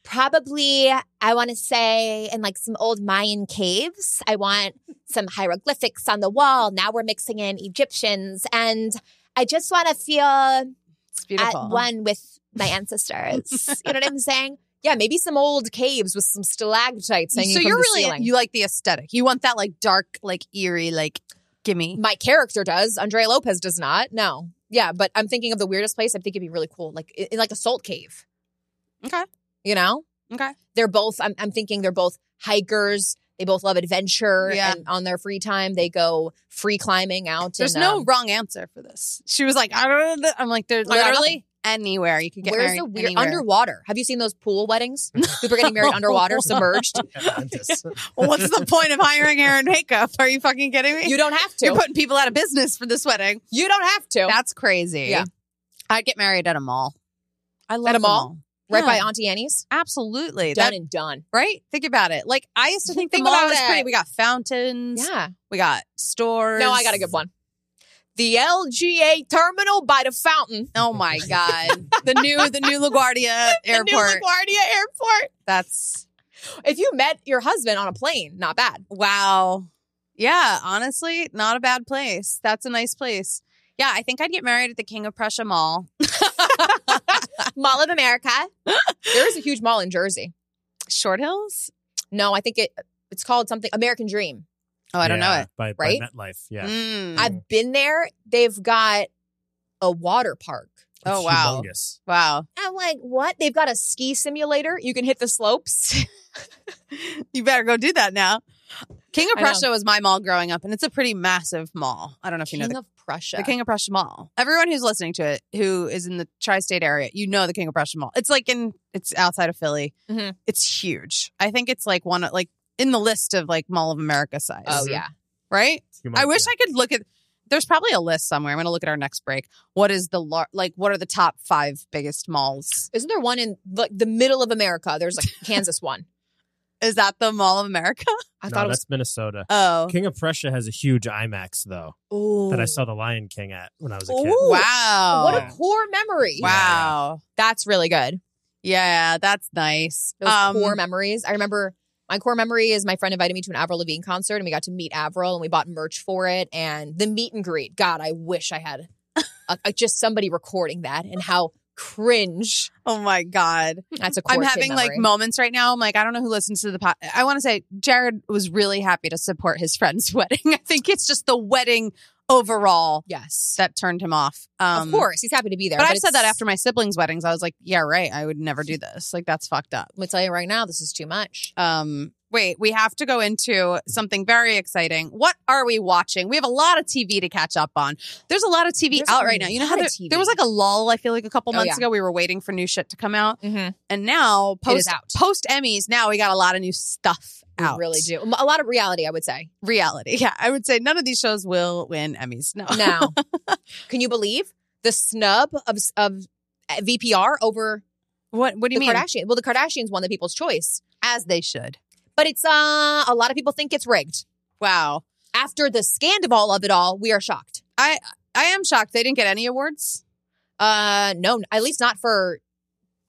S4: Probably, I want to say, in like some old Mayan caves. I want some hieroglyphics on the wall. Now we're mixing in Egyptians, and I just want to feel
S5: It's beautiful.
S4: at one with my ancestors. you know what I'm saying? Yeah, maybe some old caves with some stalactites hanging
S5: so
S4: from
S5: you're
S4: the
S5: really
S4: ceiling.
S5: you like the aesthetic. You want that like dark, like eerie, like gimme.
S4: my character does. Andrea Lopez does not. No. Yeah, but I'm thinking of the weirdest place. I think it'd be really cool, like in in like a salt cave.
S5: Okay.
S4: You know.
S5: Okay.
S4: They're both. I'm, I'm thinking they're both hikers. They both love adventure,
S5: Yeah.
S4: and on their free time they go free climbing out.
S5: There's
S4: and,
S5: no
S4: um,
S5: wrong answer for this. She was like, I don't know. I'm like, there's
S4: I got
S5: literally anywhere you could get
S4: where's
S5: married.
S4: the weird
S5: anywhere.
S4: underwater? Have you seen those pool weddings? People are getting married underwater, submerged.
S5: Oh, What's the point of hiring Aaron Makeup? Are you fucking kidding me?
S4: You don't have
S5: You're
S4: to.
S5: putting people out of business for this wedding.
S4: You don't have to.
S5: That's crazy.
S4: Yeah.
S5: I'd get married at a mall. I love
S4: At a
S5: the
S4: mall? right
S5: Yeah.
S4: by Auntie Annie's.
S5: Absolutely.
S4: Done
S5: That-
S4: and done.
S5: right? Think about it. Like I used to think,
S4: Think
S5: the mall
S4: about
S5: was
S4: it.
S5: pretty. We got fountains.
S4: Yeah.
S5: We got stores.
S4: No, I got a good one. The LGA terminal by the fountain.
S5: Oh my god. the new the new LaGuardia airport.
S4: LaGuardia Airport.
S5: That's
S4: If you met your husband on a plane, not bad.
S5: wow. Yeah, honestly, not a bad place. That's a nice place. Yeah, I think I'd get married at the King of Prussia Mall.
S4: Mall of America. there is a huge mall in Jersey.
S5: Short Hills?
S4: No, I think it it's called something American Dream.
S5: Oh, I don't know it.
S6: By,
S4: right?
S6: by MetLife. Yeah.
S5: Mm.
S4: I've been there. They've got a water park.
S5: Oh,
S6: It's
S5: wow.
S6: Humongous.
S5: wow.
S4: I'm like, what? They've got a ski simulator. You can hit the slopes.
S5: You better go do that now. King of
S4: I know.
S5: Prussia was my mall growing up, and it's a pretty massive mall. I don't know if you know
S4: King
S5: the,
S4: of Prussia.
S5: the King of Prussia Mall. Everyone who's listening to it who is in the tri state area, you know the King of Prussia Mall. It's like in, it's outside of Philly.
S4: Mhm.
S5: It's huge. I think it's like one, of like in the list of like Mall of America size.
S4: oh yeah.
S5: Right?
S6: It's humongous.
S5: I wish
S6: Oh, Yeah.
S5: I could look at, there's probably a list somewhere. I'm going to look at our next break. What is the, lar- like, what are the top five biggest malls?
S4: Isn't there one in like the middle of America? There's like Kansas one.
S5: Is that the Mall of America?
S4: I
S6: no,
S4: thought it was
S6: that's Minnesota.
S5: Oh.
S6: King of Prussia has a huge IMAX though
S4: oh.
S6: that I saw The Lion King at when I was a kid.
S4: Ooh.
S5: Wow.
S4: What a core memory.
S5: wow.
S4: That's really good.
S5: Yeah, that's nice.
S4: Those
S5: Um,
S4: core memories. I remember my core memory is my friend invited me to an Avril Lavigne concert and we got to meet Avril and we bought merch for it and the meet and greet. God, I wish I had a, a- just somebody recording that and how cringe.
S5: oh my god,
S4: That's a core
S5: I'm
S4: kid
S5: having like
S4: memory.
S5: moments right now. I'm like, I don't know who listens to the pod. I want to say Jared was really happy to support his friend's wedding. I think it's just the wedding overall
S4: yes.
S5: that turned him off. Um,
S4: of course, he's happy to be there.
S5: but, I've said that
S4: it's-
S5: after my siblings' weddings. I was like, yeah, right. I would never do this. Like that's fucked up.
S4: I'm gonna tell you right now, this is too much.
S5: Um, Wait, we have to go into something very exciting. What are we watching? We have a lot of TV to catch up on. There's a lot of TV
S4: There's
S5: out
S4: a
S5: right now. You know how
S4: lot
S5: there,
S4: of TV.
S5: there was like a lull, I feel like a couple
S4: Oh,
S5: months
S4: yeah.
S5: ago. We were waiting for new shit to come out.
S4: Mhm.
S5: And now
S4: It is
S5: post
S4: out.
S5: post Emmys, now we got a lot of new stuff
S4: We
S5: out.
S4: really do. A lot of reality, I would say.
S5: Reality. Yeah. I would say none of these shows will win Emmys. No.
S4: Now, can you believe the snub of of uh, VPR over
S5: What what do you
S4: the
S5: mean?
S4: Kardashians? Well, the Kardashians won the People's Choice,
S5: As they should.
S4: but it's uh a lot of people think it's rigged.
S5: Wow.
S4: After the scandal of it all, we are shocked.
S5: I am shocked they didn't get any awards.
S4: Uh, no, at least not for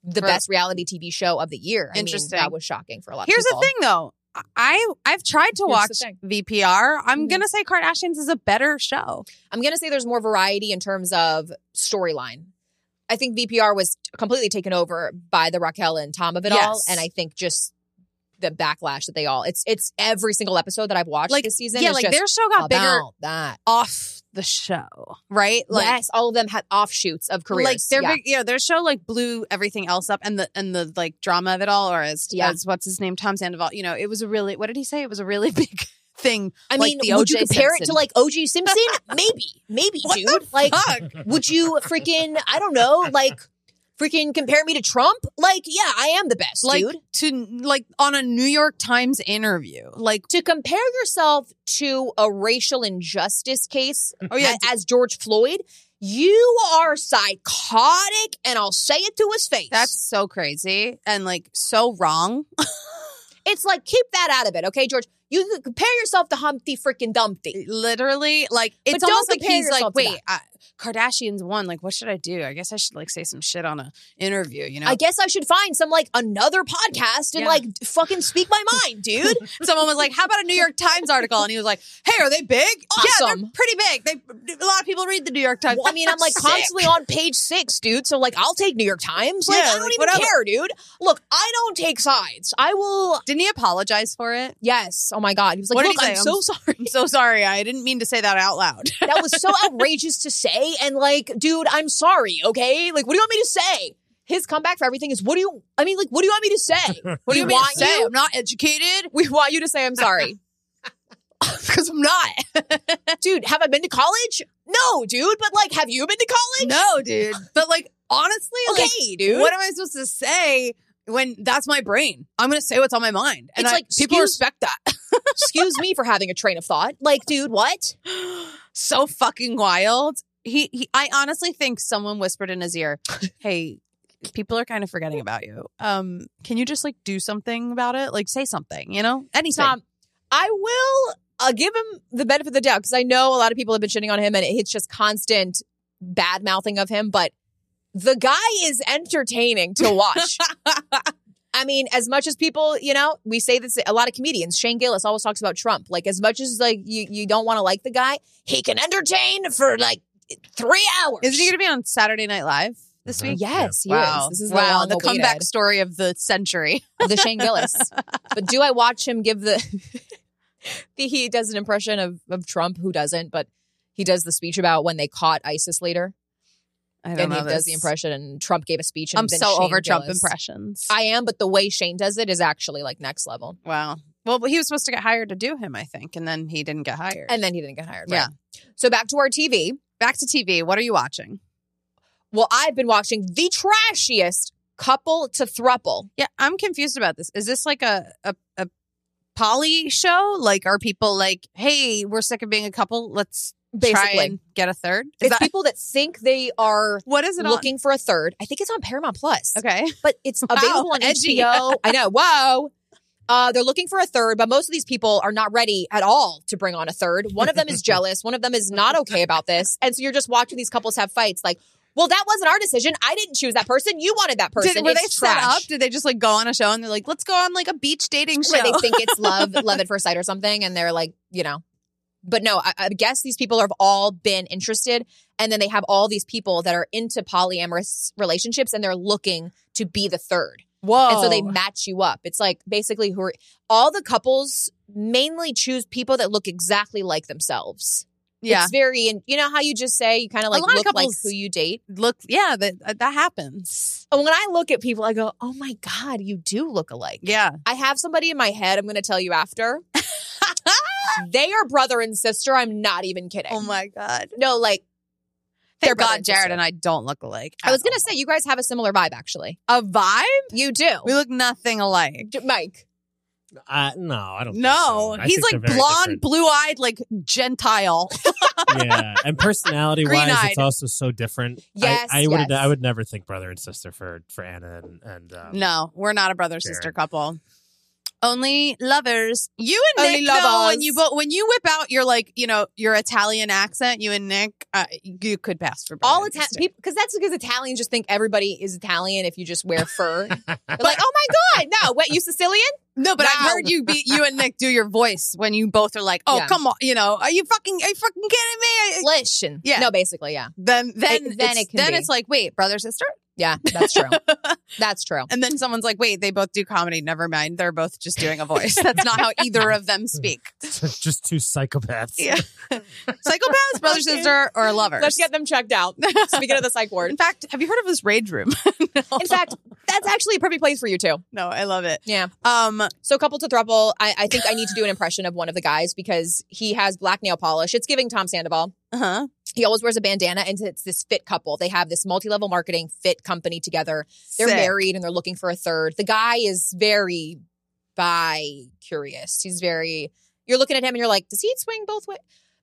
S4: the
S5: For-
S4: best reality TV show of the year. I mean,
S5: Interesting.
S4: that was shocking for a lot.
S5: Here's the
S4: of people.
S5: thing though. I I've tried to watch
S4: Here's the thing.
S5: VPR. I'm
S4: Mhm.
S5: gonna say Kardashians is a better show.
S4: I'm gonna say there's more variety in terms of storyline. I think VPR was completely taken over by the Raquel and Tom of it all,
S5: Yes.
S4: and I think just the backlash that they all it's it's every single episode that I've watched
S5: Like,
S4: this season.
S5: yeah,
S4: is
S5: like
S4: just
S5: their show got bigger
S4: about that.
S5: off the show, right? Like
S4: yes, all of them had offshoots of careers.
S5: like their
S4: yeah.
S5: big, yeah, their show like blew everything else up, and the and the like drama of it all, or as,
S4: Yeah.
S5: as what's his name, Tom Sandoval. You know, it was a really what did he say? It was a really big thing.
S4: I
S5: like
S4: mean,
S5: the
S4: would you
S5: O.J.
S4: compare it to
S5: Simpson.
S4: like OG Simpson? maybe, maybe, dude. like, would you freaking? I don't know. Like, freaking compare me to Trump? Like, yeah, I am the best,
S5: Like
S4: dude.
S5: to like on a New York Times interview, like
S4: to compare yourself to a racial injustice case
S5: oh yeah,
S4: a- as George Floyd, you are psychotic, and I'll say it to his face.
S5: that's so crazy and like so wrong.
S4: it's like keep that out of it, okay, George. You can compare yourself to Humpty freaking Dumpty.
S5: literally like it's
S4: don't
S5: almost like
S4: compare
S5: he's like
S4: yourself to
S5: wait I, kardashians won like what should i do i guess i should like say some shit on a interview you know
S4: I guess I should find some like another podcast and
S5: Yeah.
S4: like fucking speak my mind, dude.
S5: someone was like how about a new york times article and he was like hey are they big yeah they're
S4: Awesome.
S5: pretty big they a lot of people read the new york times
S4: Well, I mean, I'm like
S5: Sick.
S4: constantly on page six, dude. So like, I'll take New York Times. Like,
S5: Yeah,
S4: I don't
S5: like,
S4: even
S5: whatever.
S4: care, dude. Look, I don't take sides. I will.
S5: didn't he apologize for it
S4: Yes. Oh my god. He was like,
S5: What did
S4: look,
S5: he
S4: I'm
S5: say?
S4: so
S5: I'm-
S4: sorry.
S5: i'm so sorry i didn't mean to say that out loud
S4: that was so outrageous to say. And like, dude, I'm sorry, okay? Like, what do you want me to say? His comeback for everything is, what do you, I mean, like, what do you want me to say?
S5: what do you
S4: We
S5: mean
S4: want
S5: say
S4: you-
S5: i'm not educated
S4: We want you to say, I'm sorry.
S5: because i'm not
S4: dude, have I been to college? No, dude, but like, have you been to college?
S5: no dude but like honestly like,
S4: Okay, dude.
S5: What am I supposed to say when that's my brain? I'm going to say what's on my mind. And
S4: It's
S5: I-
S4: like,
S5: people
S4: excuse-
S5: respect that.
S4: Excuse me for having a train of thought. Like, dude, what?
S5: so fucking wild. He, he I honestly think someone whispered in his ear, "Hey, people are kind of forgetting about you. Um, can you just like do something about it? Like say something, you know? Anything."
S4: Tom, I will uh, give him the benefit of the doubt because I know a lot of people have been shitting on him and it's just constant bad mouthing of him, but the guy is entertaining to watch. I mean, as much as people, you know, we say this a lot of comedians. Shane Gillis always talks about Trump. Like, as much as like you, you don't want to like the guy, he can entertain for like three hours.
S5: Isn't he going to be on Saturday Night Live this
S6: Mhm.
S5: week?
S4: Yes, he
S5: wow.
S4: is. This is
S5: wow,
S4: the,
S5: the
S4: long-awaited
S5: comeback story of the century.
S4: of the Shane Gillis. but do I watch him give the? he does an impression of of Trump. Who doesn't? But he does the speech about when they caught ISIS later,
S5: I
S4: and he
S5: know
S4: does
S5: this.
S4: the impression. And Trump gave a speech. And
S5: I'm
S4: then
S5: so
S4: Shane
S5: over Trump
S4: Gillis-
S5: impressions.
S4: I am, but the way Shane does it is actually like next level.
S5: Wow. Well, but he was supposed to get hired to do him, I think, and then he didn't get hired.
S4: And then he didn't get hired.
S5: Yeah.
S4: Right? So back to our TV.
S5: back to TV, what are you watching?
S4: Well, I've been watching the trashiest couple to thruple.
S5: Yeah, I'm confused about this. Is this like a a, a poly show? Like, are people like, hey, we're sick of being a couple, let's
S4: Basically,
S5: try and get a third? Is
S4: it's
S5: that
S4: people that think they are
S5: what is it on?
S4: looking for a third. I think it's on Paramount Plus.
S5: Okay,
S4: but it's available on
S5: edgy.
S4: HBO. I know. Whoa. Uh, they're looking for a third, but most of these people are not ready at all to bring on a third. One of them is jealous. One of them is not okay about this. And so you're just watching these couples have fights like, well, that wasn't our decision. I didn't choose that person. You wanted that person.
S5: Did, were
S4: It's
S5: they
S4: trash.
S5: set up? Did they just like go on a show and they're like, let's go on like a beach dating show?
S4: Where they think it's love, love at first sight or something. And they're like, you know. But no, I, I guess these people have all been interested. And then they have all these people that are into polyamorous relationships and they're looking to be the third.
S5: Whoa!
S4: And so they match you up. It's like basically who are all the couples mainly choose people that look exactly like themselves.
S5: yeah
S4: It's very and you know how you just say you kind of like
S5: lot of
S4: look like
S5: couples-
S4: who you date.
S5: look yeah uh, that that happens.
S4: And when I look at people, I go, oh my God, you do look alike.
S5: Yeah.
S4: I have somebody in my head I'm going to tell you after. they are brother and sister. I'm not even kidding.
S5: Oh my god.
S4: no, like, They're
S5: Thank
S4: brother
S5: God
S4: and
S5: Jared
S4: sister.
S5: and I don't look alike.
S4: I was
S5: at
S4: going
S5: all.
S4: to say, you guys have a similar vibe, actually.
S5: a vibe.
S4: You do.
S5: We look nothing alike.
S4: D- Mike.
S6: Uh, no, I don't. think
S5: No,
S6: so. I
S5: he's
S6: think they're
S5: like
S6: very
S5: blonde,
S6: different.
S5: blue eyed, like Gentile.
S6: yeah, and personality wise,
S5: Green-eyed.
S6: it's also so different. I-
S4: Yes,
S6: I, would.
S4: yes.
S6: I would never think brother and sister for for Anna and and um,
S5: no, we're not a brother sister
S6: Jared.
S5: couple. Only lovers. You and
S4: Only
S5: Nick though, when
S4: lovers.
S5: you bo- when you whip out your like you know your Italian accent, you and Nick, uh, you could pass for brother
S4: All
S5: and
S4: Italian
S5: sister.
S4: people, because that's because Italians just think everybody is Italian if you just wear fur. They're like, oh my God, no, what, you Sicilian?
S5: No, but
S4: Wow.
S5: I've heard you be you and Nick do your voice when you both are like, oh
S4: Yeah.
S5: come on, you know, are you fucking are you fucking kidding me? I-
S4: English. And,
S5: Yeah.
S4: No, basically, yeah.
S5: then then
S4: It- then
S5: then
S4: it
S5: it's,
S4: can
S5: then
S4: be.
S5: it's like wait brother sister,
S4: Yeah, that's true. that's true.
S5: and then someone's like wait they both do comedy. Never mind, they're both just doing a voice. That's not how either of them speak.
S6: just two psychopaths.
S5: Yeah. Psychopaths, brother sister, or lovers.
S4: Let's get them checked out. Speaking of the psych ward.
S5: In fact, have you heard of this rage room?
S4: In fact, that's actually a perfect place for you too.
S5: no, I love it.
S4: Yeah.
S5: Um,
S4: So couple to throuple, I, I think I need to do an impression of one of the guys because he has black nail polish. It's giving Tom Sandoval.
S5: huh.
S4: He always wears a bandana, and it's this fit couple. They have this multi-level marketing fit company together. They're married and they're looking for a third. The guy is very bi curious. He's very. You're looking at him and you're like, does he swing both ways?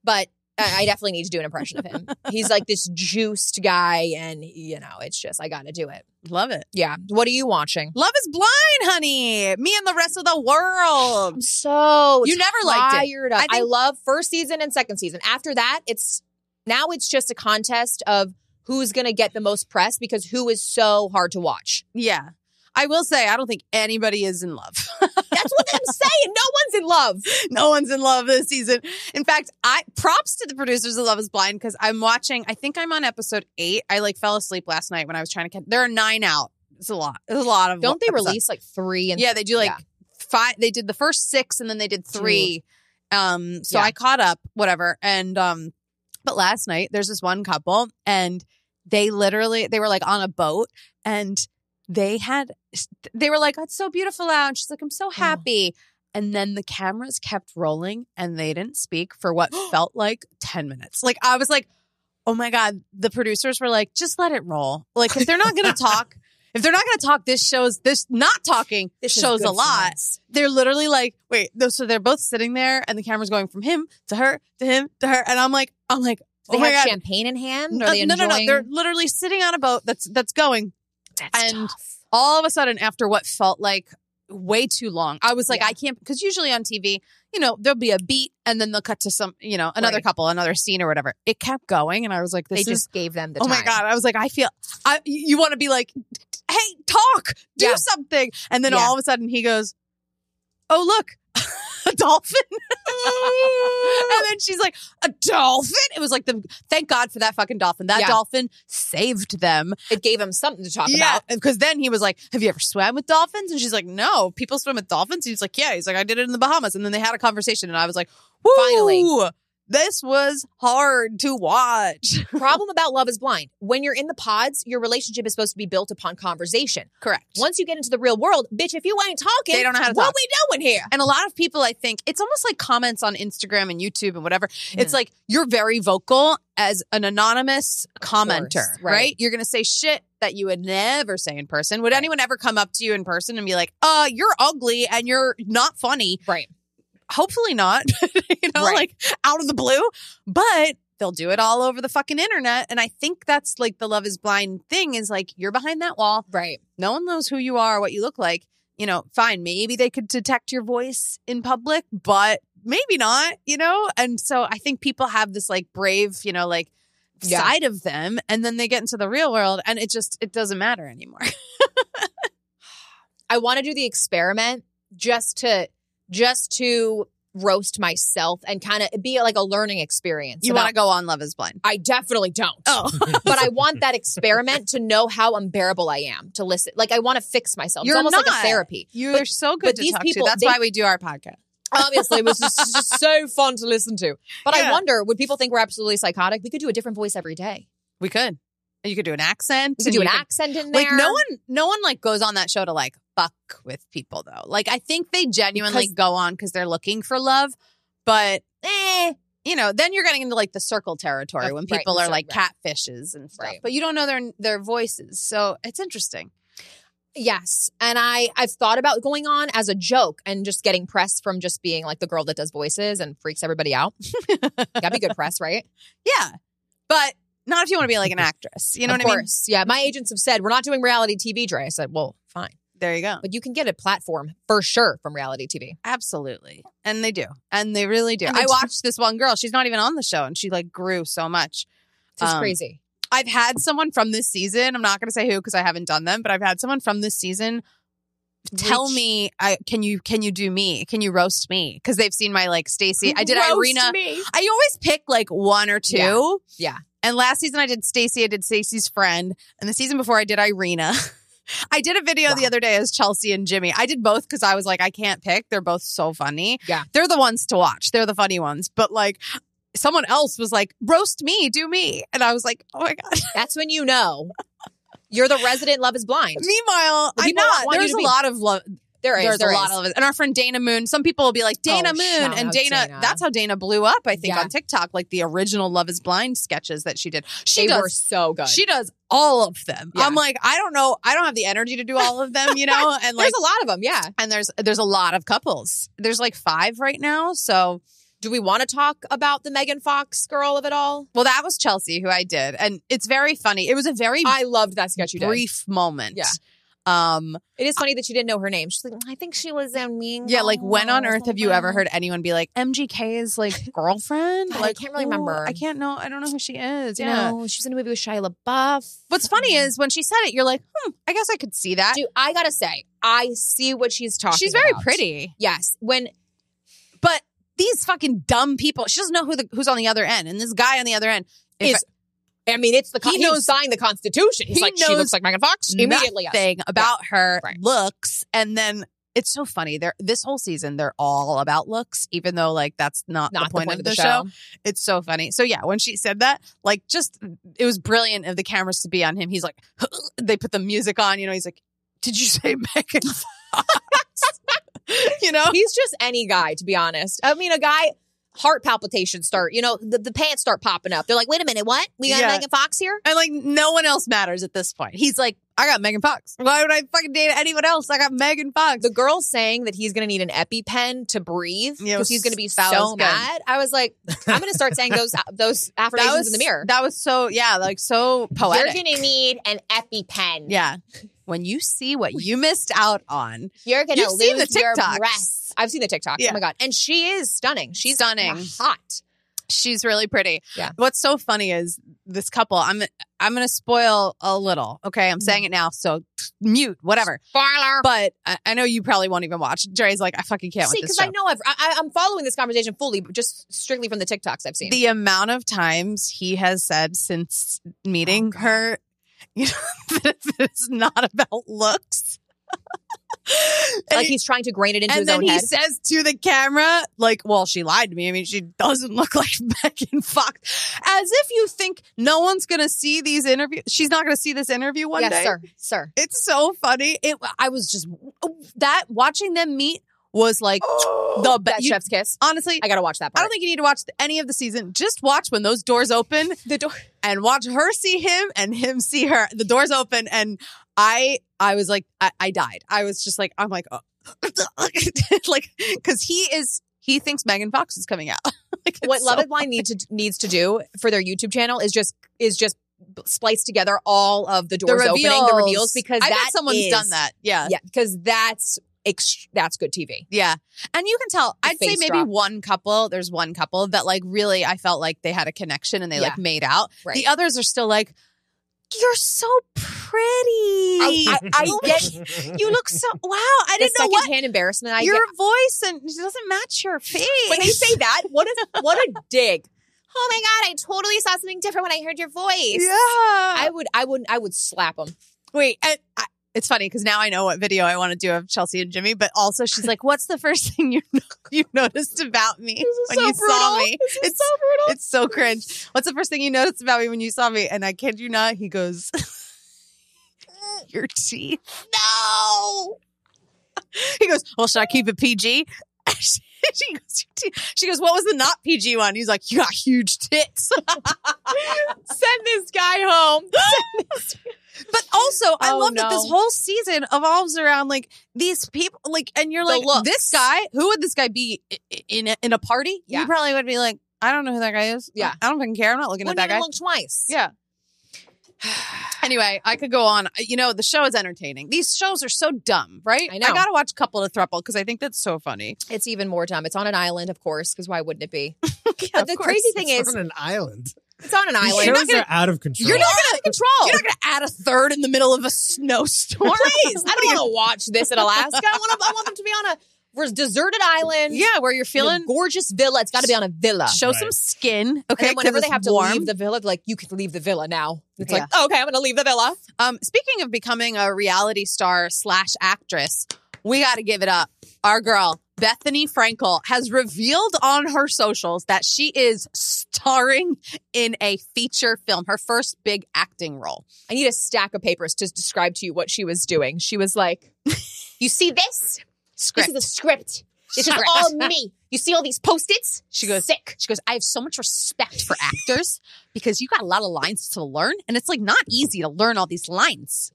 S4: But I, I definitely need to do an impression of him. He's like this juiced guy, and you know, it's just I got to do it.
S5: Love it.
S4: Yeah. What are you watching?
S5: Love is blind, honey. Me and the rest of the world.
S4: I'm so
S5: You never liked it.
S4: tired of. I,
S5: I think-
S4: love first season and second season. After that, it's now it's just a contest of who's going to get the most press because who is so hard to watch.
S5: Yeah. I will say, I don't think anybody is in love.
S4: That's what I'm saying. No one's in love.
S5: no one's in love this season. In fact, I props to the producers of Love Is Blind because I'm watching. I think I'm on episode eight. I like fell asleep last night when I was trying to catch. There are nine out. It's a lot. It's a lot of.
S4: Don't they
S5: episodes.
S4: release like three and
S5: Yeah, they do like
S4: Yeah.
S5: five. They did the first six, and then they did three. Um, so
S4: Yeah.
S5: I caught up, whatever. And um, but last night there's this one couple, and they literally they were like on a boat, and they had they were like, "Oh, "It's so beautiful out." And she's like, "I'm so happy." And then the cameras kept rolling, and they didn't speak for what felt like ten minutes. Like I was like, "Oh my god!" The producers were like, "Just let it roll." Like if they're not going to talk. If they're not going to talk, this shows this not talking
S4: This is
S5: shows a
S4: good for
S5: lot.
S4: us.
S5: They're literally like, wait, no, so they're both sitting there, and the camera's going from him to her to him to her, and I'm like, I'm like,
S4: Do they
S5: oh my
S4: have
S5: god,
S4: champagne in hand? Are
S5: no,
S4: they
S5: no, no, no,
S4: enjoying-
S5: they're literally sitting on a boat that's that's going.
S4: That's
S5: and-
S4: tough.
S5: All of a sudden, after what felt like way too long, I was like,
S4: Yeah.
S5: I can't, because usually on TV, you know, there'll be a beat, and then they'll cut to some, you know, another
S4: Right.
S5: couple, another scene or whatever. It kept going, and I was like,
S4: They
S5: this is
S4: just gave them the
S5: oh
S4: time.
S5: my god i was like i feel i you want to be like hey talk do
S4: Yeah.
S5: something and then
S4: Yeah.
S5: all of a sudden he goes oh look a dolphin and then she's like a dolphin it was like the thank god for that fucking dolphin that
S4: Yeah.
S5: dolphin saved them
S4: It gave them something to talk about.
S5: because then he was like have you ever swam with dolphins and she's like no people swim with dolphins he's like yeah he's like i did it in the bahamas and then they had a conversation and i was like Woo,
S4: Finally.
S5: this was hard to watch
S4: Problem about Love is Blind. When you're in the pods, your relationship is supposed to be built upon conversation.
S5: correct
S4: Once you get into the real world, bitch, if you ain't talking,
S5: They don't know how to
S4: what
S5: talk.
S4: we doing here?
S5: And a lot of people, I think, it's almost like comments on Instagram and YouTube and whatever. It's like you're very vocal as an anonymous commenter,
S4: course,
S5: right?
S4: right.
S5: You're going to say shit that you would never say in person. Would anyone ever come up to you in person and be like, uh, you're ugly and you're not funny?
S4: Right.
S5: Hopefully not, you know,
S4: Right.
S5: like out of the blue. But they'll do it all over the fucking internet. And I think that's like the love is blind thing is like you're behind that wall
S4: Right.
S5: no one knows who you are, what you look like. You know, fine, maybe they could detect your voice in public, but maybe not, you know? And so I think people have this like brave, you know, like
S4: Yeah.
S5: side of them and then they get into the real world and it just it doesn't matter anymore.
S4: I want to do the experiment just to just to roast myself and kind of be like a learning experience.
S5: You
S4: about-
S5: want to go on Love is Blind.
S4: I definitely don't. Oh. but I want that experiment to know how unbearable I am to listen. Like I want to fix myself.
S5: You're
S4: it's almost like
S5: not.
S4: a therapy.
S5: You're
S4: But-
S5: so good
S4: but
S5: to
S4: these
S5: talk
S4: people,
S5: to. That's
S4: they-
S5: why we do our podcast.
S4: Obviously, it was just, just so fun to listen to. But
S5: Yeah.
S4: I wonder, would people think we're absolutely psychotic? We could do a different voice every day.
S5: We could. You could do an accent. and
S4: You could do an
S5: you
S4: accent in there.
S5: Like no one, no one like goes on that show to like fuck with people though. Like I think they genuinely
S4: Because-
S5: go on because they're looking for love, but eh, you know, then you're getting into like the circle territory
S4: Of-
S5: when
S4: right,
S5: people
S4: the
S5: are
S4: circle,
S5: like
S4: right.
S5: catfishes and stuff.
S4: Right.
S5: But you don't know their their voices, so it's interesting.
S4: Yes, and I I've thought about going on as a joke and just getting press from just being like the girl that does voices and freaks everybody out. That'd be good press, right?
S5: Yeah, but not if you want to be like an actress. You know
S4: of
S5: what I mean?
S4: course. Yeah, my agents have said we're not doing reality TV, Dre. I said, well, fine,
S5: There you go.
S4: but you can get a platform for sure from reality TV.
S5: Absolutely. And they do. And they really do.
S4: And they
S5: I
S4: do.
S5: watched this one girl. She's not even on the show and she like grew so much.
S4: It's
S5: Um,
S4: crazy.
S5: I've had someone from this season, I'm not going to say who because I haven't done them, but I've had someone from this season tell
S4: Reach-
S5: me, I can you can you do me? Can you roast me? Cuz they've seen my like Stacy. I did
S4: Roast
S5: Irina.
S4: me.
S5: I always pick like one or two.
S4: Yeah. Yeah.
S5: And last season I did Stacy, I did Stacy's friend, and the season before I did Irina. I did a video the
S4: Wow.
S5: other day as Chelsea and Jimmy. I did both because I was like, I can't pick. They're both so funny.
S4: Yeah.
S5: They're the ones to watch. They're the funny ones. But like someone else was like, roast me, do me. And I was like, oh my God.
S4: That's when you know you're the resident Love Is Blind.
S5: Meanwhile,
S4: The
S5: I'm
S4: people
S5: not.
S4: want you
S5: There's a
S4: to be-
S5: lot of love.
S4: There is
S5: There's
S4: there
S5: a lot
S4: is.
S5: of love. And our friend Dana Moon, some people will be like, Dana
S4: Oh,
S5: Moon.
S4: shout
S5: And
S4: out
S5: Dana,
S4: Dana.
S5: that's how Dana blew up, I think,
S4: Yeah.
S5: on TikTok, like the original Love is Blind sketches that she did. She
S4: They
S5: does
S4: were so good.
S5: She does all of them.
S4: Yeah.
S5: I'm like, I don't know, I don't have the energy to do all of them, you know. And like,
S4: There's a lot of them. Yeah.
S5: and there's there's a lot of couples. There's like five right now. So,
S4: Do we want to talk about the Megan Fox girl of it all?
S5: well, that was Chelsea who I did, and it's very funny. It was a very
S4: I loved that sketch you did.
S5: brief moment.
S4: Yeah.
S5: Um.
S4: It is funny that you didn't know her name. She's like, I think she was in Mean
S5: Yeah. Like, when on
S4: Girls
S5: earth have you ever heard anyone be like MGK's like girlfriend?
S4: God, I
S5: like,
S4: can't really
S5: who-
S4: remember.
S5: I can't know. I don't know who she is.
S4: You
S5: Yeah.
S4: know, she was in a movie with Shia LaBeouf.
S5: What's funny
S4: Hmm.
S5: is when she said it, you're like, hmm, I guess I could see that.
S4: Dude, I gotta say, I see what she's talking.
S5: She's very
S4: about.
S5: pretty.
S4: Yes, when
S5: but these fucking dumb people. She doesn't know who the who's on the other end, and this guy on the other end
S4: If
S5: is
S4: I mean it's the con-
S5: He
S4: he
S5: knows-
S4: signed the Constitution. He's
S5: he
S4: like she
S5: knows
S4: looks like Megan Fox immediately. yes.
S5: nothing about her
S4: Right.
S5: looks, and then. It's so funny. They're this whole season they're all about looks, even though like that's not, the,
S4: Not
S5: point of the, show. It's so funny. So yeah, when she said that, like just it was brilliant of the cameras to be on him. He's like, they put the music on. You know, he's like, did you say Megan Fox? you know,
S4: He's just any guy, to be honest. I mean, a guy heart palpitations start. You know, the, the pants start popping up. They're like, wait a minute, what? We got
S5: Yeah.
S4: Megan Fox here?
S5: And like no one else matters at this point. He's like, I got Megan Fox. Why would I fucking date anyone else? I got Megan Fox.
S4: The girl saying that he's going to need an EpiPen to breathe because
S5: Yeah, it was-
S4: he's going to be
S5: that was
S4: so
S5: good.
S4: mad. I was like, I'm going to start saying those those affirmations in the mirror.
S5: That was so yeah, like so poetic.
S4: You're going to need an EpiPen.
S5: yeah. When you see what you missed out on,
S4: You're going to
S5: You've
S4: lose
S5: seen the
S4: your
S5: TikToks.
S4: breath. I've seen the TikToks.
S5: Yeah.
S4: Oh my god! And she is stunning. She's
S5: Stunning.
S4: hot.
S5: she's really pretty.
S4: Yeah.
S5: What's so funny is this couple. I'm I'm gonna spoil a little. Okay, I'm
S4: Mm-hmm.
S5: saying it now, so mute whatever.
S4: Spoiler.
S5: But I, I know you probably won't even watch. Dre's like, I fucking can't
S4: See,
S5: with this
S4: because
S5: show.
S4: I know I've, I, I- I'm following this conversation fully, but just strictly from the TikToks I've seen.
S5: the amount of times he has said since
S4: Oh,
S5: meeting her, you know, that it's not about looks. And
S4: like
S5: he-
S4: he's trying to grain it into
S5: and
S4: his
S5: then
S4: own
S5: he
S4: head.
S5: says to the camera, like, well, she lied to me. I mean, she doesn't look like Megan Fox. As if you think no one's going to see these interviews. She's not going to see this interview one
S4: yes,
S5: day.
S4: sir, sir.
S5: It's so funny. It, I was just, that watching them meet was like the
S4: The
S5: best.
S4: chef's kiss.
S5: Honestly,
S4: I gotta watch that
S5: I
S4: part.
S5: don't think you need to watch any of the season. Just watch when those doors open
S4: the door.
S5: and watch her see him and him see her. The doors open and I I was like I, I died. I was just like I'm like oh. like because he is he thinks Megan Fox is coming out. like it's
S4: What
S5: so-
S4: Love and Blind need to, needs to do for their YouTube channel is just is just splice together all of the doors opening, the reveals, because
S5: I
S4: that
S5: bet someone's
S4: is-
S5: done that. Yeah. yeah.
S4: Yeah, because that's ext- that's good TV.
S5: And you can tell, I'd say
S4: face
S5: maybe
S4: drop.
S5: one couple, there's one couple that like really, I felt like they had a connection and they like
S4: Yeah.
S5: made out.
S4: Right.
S5: The others are still like, you're so pretty.
S4: I, I get
S5: you look so wow. I
S4: the
S5: didn't know what
S4: secondhand embarrassment. I
S5: your
S4: get.
S5: voice and it doesn't match your face.
S4: when they say that, what a what a dig! Oh my god, I totally saw something different when I heard your voice.
S5: yeah,
S4: I would, I would, I would slap them.
S5: wait. And I, It's funny because now I know what video I want to do of Chelsea and Jimmy, but also she's like, "What's the first thing you you noticed about me when you saw me?" it's so brutal. It's so cringe. What's the first thing you noticed about me when you saw me? And I kid you not, he goes, "Your teeth." No. He goes, "Well, should I keep it PG?" she goes, "Your teeth." "She goes, what was the not PG one?" He's like, "You got huge tits."
S4: Send this guy home.
S5: But also, I
S4: Oh,
S5: love that this
S4: no.
S5: whole season evolves around like these people, like, and you're
S4: The
S5: like,
S4: looks.
S5: this guy, who would this guy be i- i- in a, in a party?
S4: Yeah.
S5: You probably would be like, I don't know who that guy is.
S4: Yeah.
S5: I don't fucking care. I'm not looking
S4: Wouldn't
S5: at that
S4: even
S5: guy.
S4: look twice.
S5: yeah. anyway, I could go on. You know, the show is entertaining. These shows are so dumb, right?
S4: I know.
S5: I gotta watch Couple to Thruple because I think that's so funny.
S4: It's even more dumb. It's on an island, of course, because why wouldn't it be?
S5: Yeah,
S4: the crazy thing
S6: It's
S4: is,
S6: on an island.
S4: it's on an
S6: These
S4: island.
S6: shows are out of control.
S4: You're not gonna control.
S5: You're not gonna add a third in the middle of a snowstorm.
S4: Please, I don't want to watch this in Alaska. I want to. I want them to be on a res- deserted island.
S5: yeah, where you're
S4: in a
S5: feeling
S4: gorgeous villa. It's got to be on a villa.
S5: show some
S6: Right.
S5: skin,
S4: And
S5: okay?
S4: then whenever
S5: 'cause
S4: they
S5: it's
S4: have to
S5: warm.
S4: leave the villa, they're like you can leave the villa now. It's
S5: Yeah.
S4: like "Oh, okay, I'm gonna leave the villa.
S5: Um, speaking of becoming a reality star slash actress, we got to give it up. Our girl Bethany Frankel has revealed on her socials that she is starring in a feature film, her first big acting role.
S4: I need a stack of papers to describe to you what she was doing. She was like, "You see this?
S5: Script.
S4: This is a script. This is
S5: Script.
S4: all me. You see all these post-its?
S5: She goes-
S4: sick.
S5: She goes, I have so much respect for actors because you got a lot of lines to learn, and it's like not easy to learn all these lines.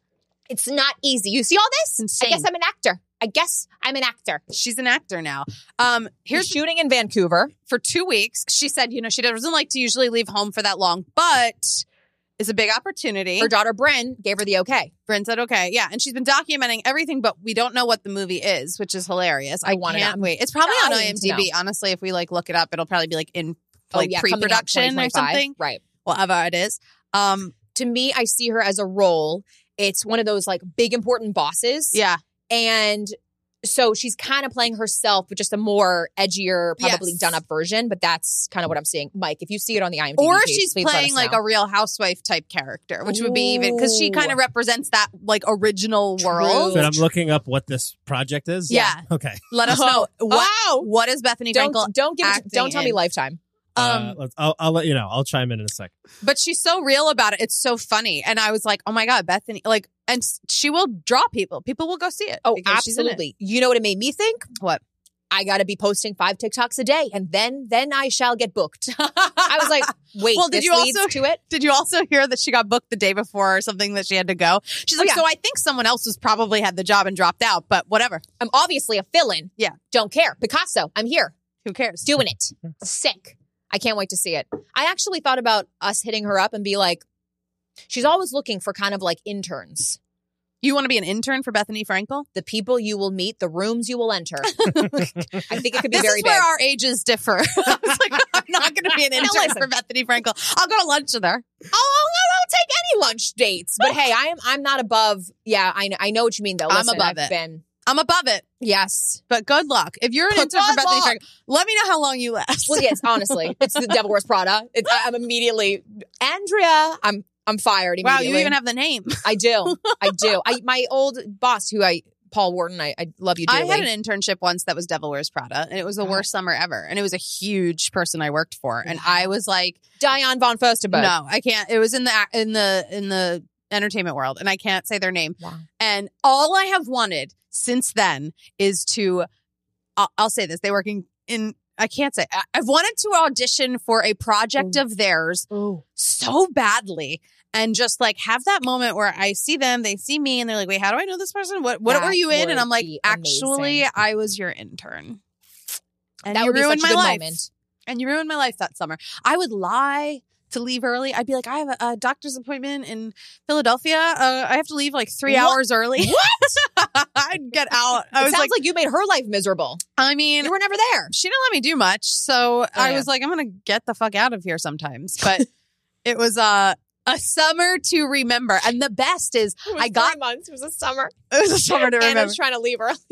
S4: It's not easy. You see all this?
S5: It's insane.
S4: I guess I'm an actor. I guess I'm an actor.
S5: She's an actor now. Um, here's
S4: Here's shooting in Vancouver.
S5: for two weeks. She said, you know, she doesn't like to usually leave home for that long, but it's a big opportunity.
S4: Her daughter Bryn gave her the okay.
S5: Bryn said, okay, yeah. And she's been documenting everything, but we don't know what the movie is, which is hilarious. I,
S4: I wanna
S5: can't
S4: know.
S5: wait. It's probably on
S4: Dying to
S5: IMDb. Honestly, if we like look it up, it'll probably be like in
S4: Oh,
S5: like
S4: yeah, coming out
S5: pre-production or
S4: 2025.
S5: something,
S4: Right.
S5: whatever it is. Um,
S4: To me, I see her as a role. It's one of those like big important bosses.
S5: yeah,
S4: And so she's kind of playing herself, but just a more edgier, probably
S5: Yes.
S4: done up version. But that's kind of what I'm seeing. Mike, if you see it on the IMDb,
S5: or
S4: page,
S5: she's
S4: please let us
S5: playing like
S4: know.
S5: a Real Housewife type character, which would be even because she
S4: Ooh.
S5: kind of represents that like original
S4: True.
S5: world.
S6: But I'm looking up what this project is.
S5: Yeah.
S6: Okay.
S5: Let us know what
S4: wow.
S5: what is Bethany Frankel
S4: Oh. Don't don't give it,
S5: acting
S4: don't tell me
S5: in.
S4: lifetime.
S5: Um,
S6: Uh, let's, I'll, I'll let you know. I'll chime in in a sec.
S5: But she's so real about it. It's so funny. And I was like, oh my God, Bethany, like, and s- she will draw people. People will go see it.
S4: Oh,
S5: because she's in it.
S4: absolutely. You know what it made me think?
S5: What?
S4: I gotta be posting five TikToks a day, and then then I shall get booked. I was like, wait,
S5: Well, did
S4: this
S5: you
S4: leads
S5: also-
S4: to it?
S5: Did you also hear that she got booked the day before or something that she had to go? She's
S4: Oh,
S5: like,
S4: yeah.
S5: so I think someone else has probably had the job and dropped out, but whatever.
S4: I'm obviously a fill-in.
S5: Yeah. Mm-hmm.
S4: Don't care. Picasso, I'm here
S5: Who cares?
S4: doing it. Sick. I can't wait to see it. I actually thought about us hitting her up and be like, she's always looking for kind of like interns.
S5: You want to be an intern for Bethany Frankel?
S4: The people you will meet, the rooms you will enter. I think it could be
S5: This
S4: very
S5: is where
S4: big.
S5: our ages differ. I was like, I'm not going to be an intern
S4: listen.
S5: for Bethany Frankel. I'll go to lunch with her.
S4: Oh, I'll, I'll take any lunch dates. But hey, I am I'm not above. Yeah, I know, I know what you mean though.
S5: I'm
S4: Listen,
S5: above
S4: I've
S5: it.
S4: Been,
S5: I'm above it,
S4: yes.
S5: but good luck. If you're an
S4: But
S5: intern for
S4: good
S5: Bethany
S4: luck.
S5: Frankel, let me know how long you last.
S4: Well, yes. Honestly, it's the Devil Wears Prada. It's, I, I'm immediately Andrea. I'm I'm fired.
S5: Wow,
S4: Immediately.
S5: you even have the name.
S4: I do. I do. I my old boss who I Paul Warden. I, I love you
S5: I
S4: dearly.
S5: had an internship once that was Devil Wears Prada, and it was the
S4: Wow.
S5: worst summer ever. And it was a huge person I worked for, and I was like,
S4: Dion von Furstenberg.
S5: "No, I can't." It was in the in the in the entertainment world, and I can't say their name.
S4: Wow.
S5: And all I have wanted since then is to, I'll, I'll say this: they working in. I can't say I- I've wanted to audition for a project
S4: Mm.
S5: of theirs so badly and just like have that moment where I see them, they see me, and they're like, "Wait, how do I know this person? What what
S4: That
S5: were you in?"
S4: would
S5: And I'm like,
S4: be
S5: "Actually,
S4: amazing.
S5: I was your intern." And
S4: that
S5: you
S4: would be
S5: ruined
S4: such a
S5: my
S4: good
S5: life.
S4: moment.
S5: And you ruined my life that summer. I would lie to leave early. I'd be like, "I have a, a doctor's appointment in Philadelphia. Uh, I have to leave like three
S4: What?
S5: hours early." What? I'd get out. I
S4: it
S5: was
S4: sounds
S5: like,
S4: like, you made her life miserable.
S5: "I mean,
S4: You were never there.
S5: she didn't let me do much so i
S4: yeah.
S5: was like i'm gonna get the fuck out of here sometimes but it was uh, a summer to remember and the best is
S4: I
S5: got-
S4: months. It was a summer.
S5: it was a summer to remember
S4: trying to leave early.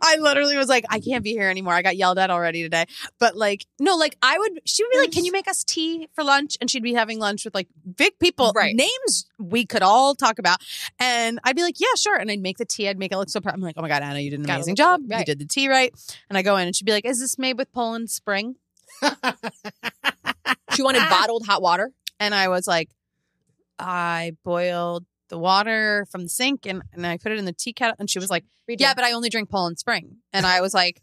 S5: I literally was like, I can't be here anymore. I got yelled at already today. But like, no, like I would. She would be like, Can you make us tea for lunch? And she'd be having lunch with like big people,
S4: Right.
S5: Names we could all talk about. And I'd be like, Yeah, sure. And I'd make the tea. I'd make it look so. Pr- I'm like, Oh my god, Anna, you did an
S4: Gotta
S5: amazing
S4: look
S5: job. You
S4: right.
S5: did the tea right. And I go in, and she'd be like, Is this made with Poland Spring?
S4: She wanted bottled hot water.
S5: and I was like, I boiled the water from the sink and, and I put it in the tea kettle. And she was like, Yeah, but I only drink Poland Spring. And I was like,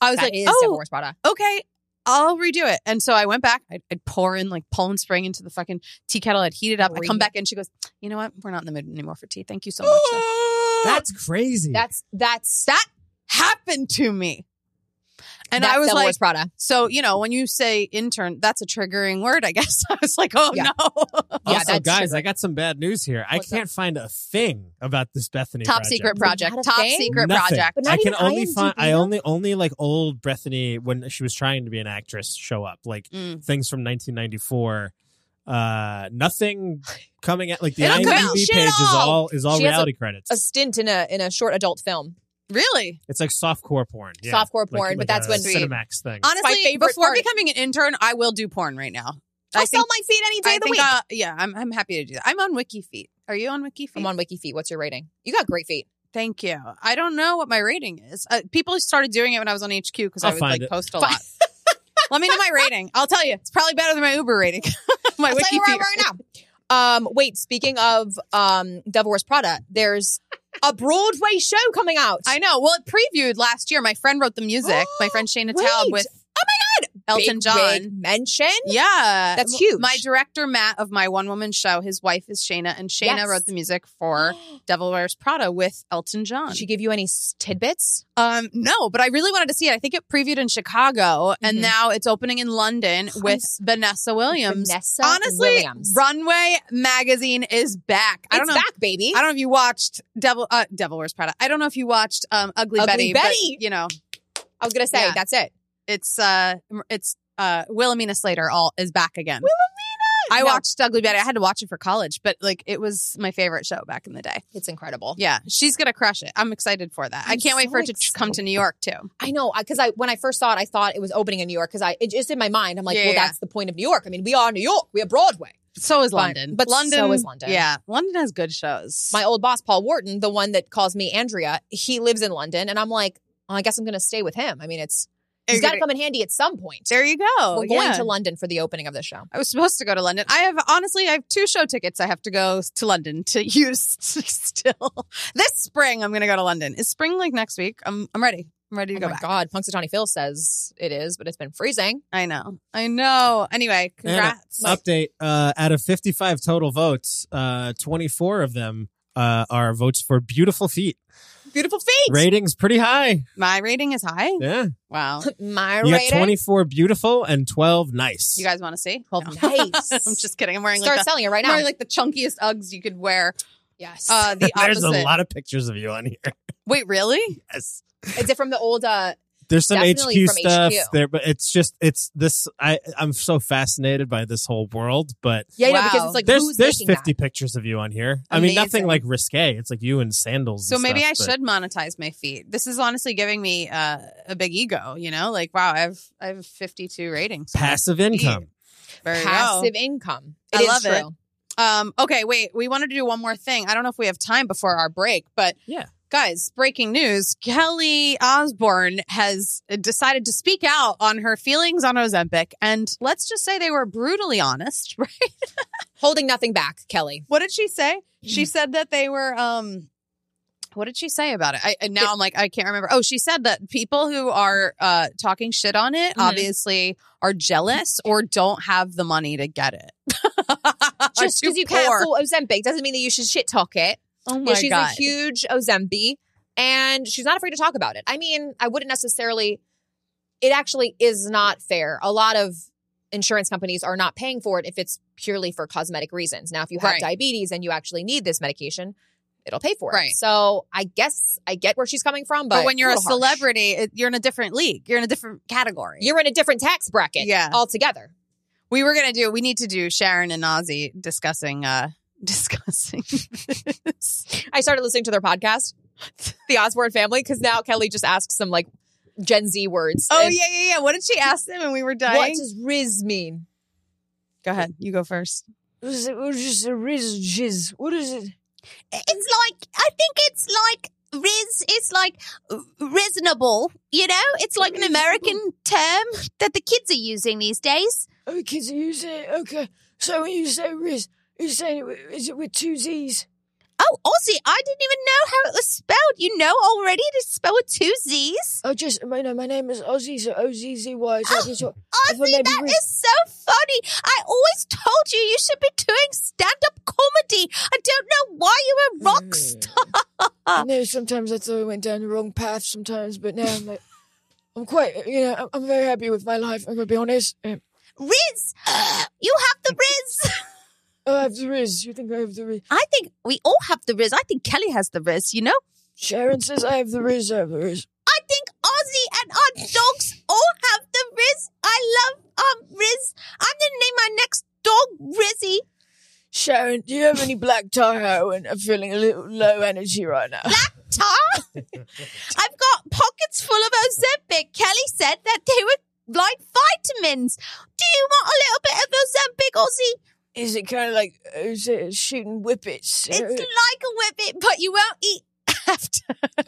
S5: I was
S4: That
S5: like,
S4: is
S5: Oh,
S4: Deborah Spada.
S5: okay, I'll redo it. And so I went back. I'd, I'd pour in like Poland Spring into the fucking tea kettle. I'd heat it up. I come
S4: Great.
S5: back in. She goes, You know what? We're not in the mood anymore for tea. Thank you so much. though."
S4: Ah.
S6: That's crazy.
S4: That's that's
S5: That happened to me. And
S4: that's
S5: I was
S4: Deborah
S5: like,
S4: Spada.
S5: so, you know, when you say intern, that's a triggering word, I guess. I was like, oh
S4: Yeah.
S5: no.
S4: yeah,
S6: also,
S4: that's
S6: guys,
S4: true.
S6: I got some bad news here. I
S4: What's
S6: can't find a thing about this Bethany
S5: top
S6: project.
S5: secret
S4: But
S5: project.
S4: not a
S5: Top
S4: thing?
S5: secret
S6: Nothing.
S5: project.
S4: But not
S6: I can
S4: even
S6: only
S4: IMDb
S6: find I
S4: though?
S6: only only like old Bethany when she was trying to be an actress show up like
S5: Mm.
S4: Mm-hmm.
S6: things from 1994. Uh, nothing coming at like the
S5: It'll
S6: IMDb
S5: come out.
S6: page
S5: Shit
S6: is
S5: all.
S6: all is all
S4: She has a-
S6: reality credits.
S4: a stint in a in a short adult film.
S5: Really?
S6: it's like softcore porn, yeah.
S4: Softcore
S6: Like-
S4: porn,
S6: like
S4: but that's
S6: a
S4: when
S6: Cinemax thing.
S5: Honestly,
S4: favorite
S5: before
S4: part.
S5: becoming an intern, I will do porn right now.
S4: I'll
S5: I
S4: sell
S5: think-
S4: my feet any day
S5: I
S4: of the
S5: think,
S4: week.
S5: uh, yeah, I'm, I'm happy to do that. I'm on Wiki Feet. Are you on Wiki Feet?
S4: I'm on Wiki Feet. What's your rating? You got great feet.
S5: Thank you. I don't know what my rating is. Uh, people started doing it when I was on HQ because I
S6: I'll
S5: would
S6: find
S5: like
S6: it.
S5: post a lot. Let me know my rating. I'll tell you. It's probably better than my Uber rating. my
S4: I'll
S5: Wiki
S4: tell you where
S5: Feet.
S4: I'm right now. Um, wait, speaking of um, Devil Wears Prada, there's a Broadway show coming out.
S5: I know. Well, it previewed last year. My friend wrote the music. my friend Shayna
S4: Wait.
S5: Taub with oh
S4: Big
S5: Elton John.
S4: wig mention.
S5: Yeah.
S4: That's
S5: M-
S4: huge.
S5: My director, Matt, of my one woman show, his wife is Shayna, and Shayna
S4: Yes.
S5: wrote the music for Devil Wears Prada with Elton John.
S4: Did she give you any s- tidbits?
S5: um, no, but I really wanted to see it. I think it previewed in Chicago, and
S4: Mhm.
S5: now it's opening in London
S4: I'm
S5: with
S4: s-
S5: Vanessa Williams.
S4: Vanessa
S5: Honestly,
S4: Williams.
S5: Runway Magazine is back. I don't
S4: it's
S5: know.
S4: back, baby.
S5: I don't know if you watched Devil uh, Devil Wears Prada. I don't know if you watched um, Ugly,
S4: Ugly
S5: Betty, but,
S4: Betty.
S5: you know,
S4: I was gonna say
S5: Yeah.
S4: that's it.
S5: it's uh it's uh Wilhelmina Slater all is back again. I
S4: No.
S5: watched Ugly Betty. I had to watch it for college, but like it was my favorite show back in the day.
S4: It's incredible.
S5: Yeah, she's gonna crush it. I'm excited for that. I'm I
S4: I'm
S5: can not wait
S4: so
S5: for it to tr- come to New York too.
S4: I know because I, when I first saw it, I thought it was opening in New York because I it just in my mind I'm like,
S5: Yeah,
S4: well,
S5: yeah.
S4: that's the point of New York. I mean, we are New York. We are Broadway.
S5: So is
S4: But-
S5: London,
S4: but
S5: London
S4: so is London.
S5: Yeah, London has good shows.
S4: my old boss paul wharton the one that calls me andrea he lives in london and i'm like well, i guess i'm going to stay with him i mean it's he's got to come in handy at some point
S5: There you go.
S4: we're going
S5: Yeah.
S4: to london for the opening of the show
S5: I was supposed to go to London. I have honestly, I have two show tickets. I have to go to London to use still this spring. I'm gonna go to London. Is spring like next week? I'm I'm ready. I'm ready to
S4: oh
S5: go
S4: my
S5: back.
S4: god punxsutawney phil says it is but it's been freezing
S5: I know. I know. Anyway,
S6: Anna,
S5: congrats.
S6: Update: uh, Out of 55 total votes, uh, 24 of them uh, are votes for beautiful feet.
S4: beautiful feet
S6: Ratings pretty high.
S5: My rating is high.
S6: Yeah,
S5: Wow.
S4: my
S6: you
S4: rating
S6: got 24 beautiful and 12 nice.
S5: You guys want to see?
S4: Well,
S5: No.
S4: nice
S5: I'm just kidding. I'm wearing
S4: start
S5: like the,
S4: selling it right
S5: I'm
S4: now
S5: wearing like the chunkiest Uggs you could wear.
S4: yes
S5: Uh, the
S6: There's
S5: opposite.
S6: a lot of pictures of you on here.
S5: Wait, really?
S6: Yes.
S4: is it from the old uh
S6: There's some
S4: Definitely
S6: HQ
S4: from
S6: stuff
S4: HQ.
S6: there, but it's just it's this. I I'm so fascinated by this whole world, but
S4: yeah you know, because
S5: Wow.
S4: it's like
S6: there's
S4: who's
S6: there's
S4: making
S6: 50 pictures of you on here. I mean, nothing
S5: Amazing.
S6: like risque. It's like you in sandals.
S5: So
S6: and
S5: maybe
S6: stuff,
S5: I
S6: but-
S5: should monetize my feet. This is honestly giving me uh, a big ego. You know, like wow, I have I have 52 ratings.
S6: passive income.
S5: There
S4: that
S5: you go.
S4: passive income
S5: I
S4: is
S5: love it.
S4: true.
S5: Um, okay, wait. We wanted to do one more thing. I don't know if we have time before our break, but
S6: Yeah.
S5: guys, breaking news: Kelly Osborne has decided to speak out on her feelings on Ozempic, and let's just say they were brutally honest. Right?
S4: holding nothing back kelly
S5: What did she say?
S4: Mm-hmm.
S5: She said that they were. um what did she say about it? I, and now I'm like, I can't remember. Oh, she said that people who are uh, talking shit on it
S4: Mhm.
S5: obviously are jealous or don't have the money to get it. Are
S4: just
S5: too
S4: because you can't
S5: poor.
S4: afford ozempic doesn't mean that you should shit talk it
S5: Oh my
S4: Yeah, she's
S5: god!
S4: a huge Ozempi, and she's not afraid to talk about it. I mean, I wouldn't necessarily. It actually is not fair. A lot of insurance companies are not paying for it if it's purely for cosmetic reasons. Now, if you have
S5: Right.
S4: diabetes and you actually need this medication, it'll pay for it.
S5: Right.
S4: So I guess I get where she's coming from, but,
S5: But, when you're a
S4: little harsh.
S5: celebrity, it, you're in a different league. You're in a different category.
S4: you're in a different tax bracket,
S5: Yeah.
S4: altogether.
S5: We were gonna do. We need to do Sharon and Ozzy discussing. uh Discussing. this.
S4: I started listening to their podcast.
S7: the Osborne family because now Kelly just asks some like Gen Z words.
S5: Oh
S7: And
S5: yeah, yeah, yeah. What did she ask them when we were dying?
S7: What does Riz mean?
S5: Go ahead. You go first.
S8: Was it was just a Riz jizz? What is it?
S4: It's like I think it's like riz is like reasonable. You know, it's like an American term that the kids are using these days.
S8: Oh, kids, you say okay. So when you say Riz, you say is it with two Z's?
S4: Oh, Aussie! I didn't even know how it was spelled. You know already to spell with two Z's.
S8: Oh, just my no, my name is Ozzy, so O Z Z Y.
S4: Ah!
S8: So I just thought- I thought
S4: Ozzy,
S8: maybe
S4: that
S8: Riz-
S4: is so funny. I always told you you should be doing stand-up comedy. I don't know why you were rock star. Ah!
S8: I know sometimes I thought I went down the wrong path sometimes, but now I'm like, I'm quite, you know, I'm- I'm very happy with my life. I'm gonna be honest. Um,
S4: Riz, you have the Riz.
S8: I have the Riz. You think I have the Riz?
S4: I think we all have the Riz. I think Kelly has the Riz. You know.
S8: Sharon says I have the Riz. I have the Riz.
S4: I think Ozzy and our dogs all have the Riz. I love um Riz. I'm gonna name my next dog Rizzy.
S8: Sharon, do you have any black tar heroin? I'm feeling a little low energy right now.
S4: Tar. I've got pockets full of Ozempic. Kelly said that they were like vitamins. Do you want a little bit of Ozempic, Ozzy?
S8: Is it kind of like is it shooting whippets?
S4: It's like a whippet, but you won't eat after.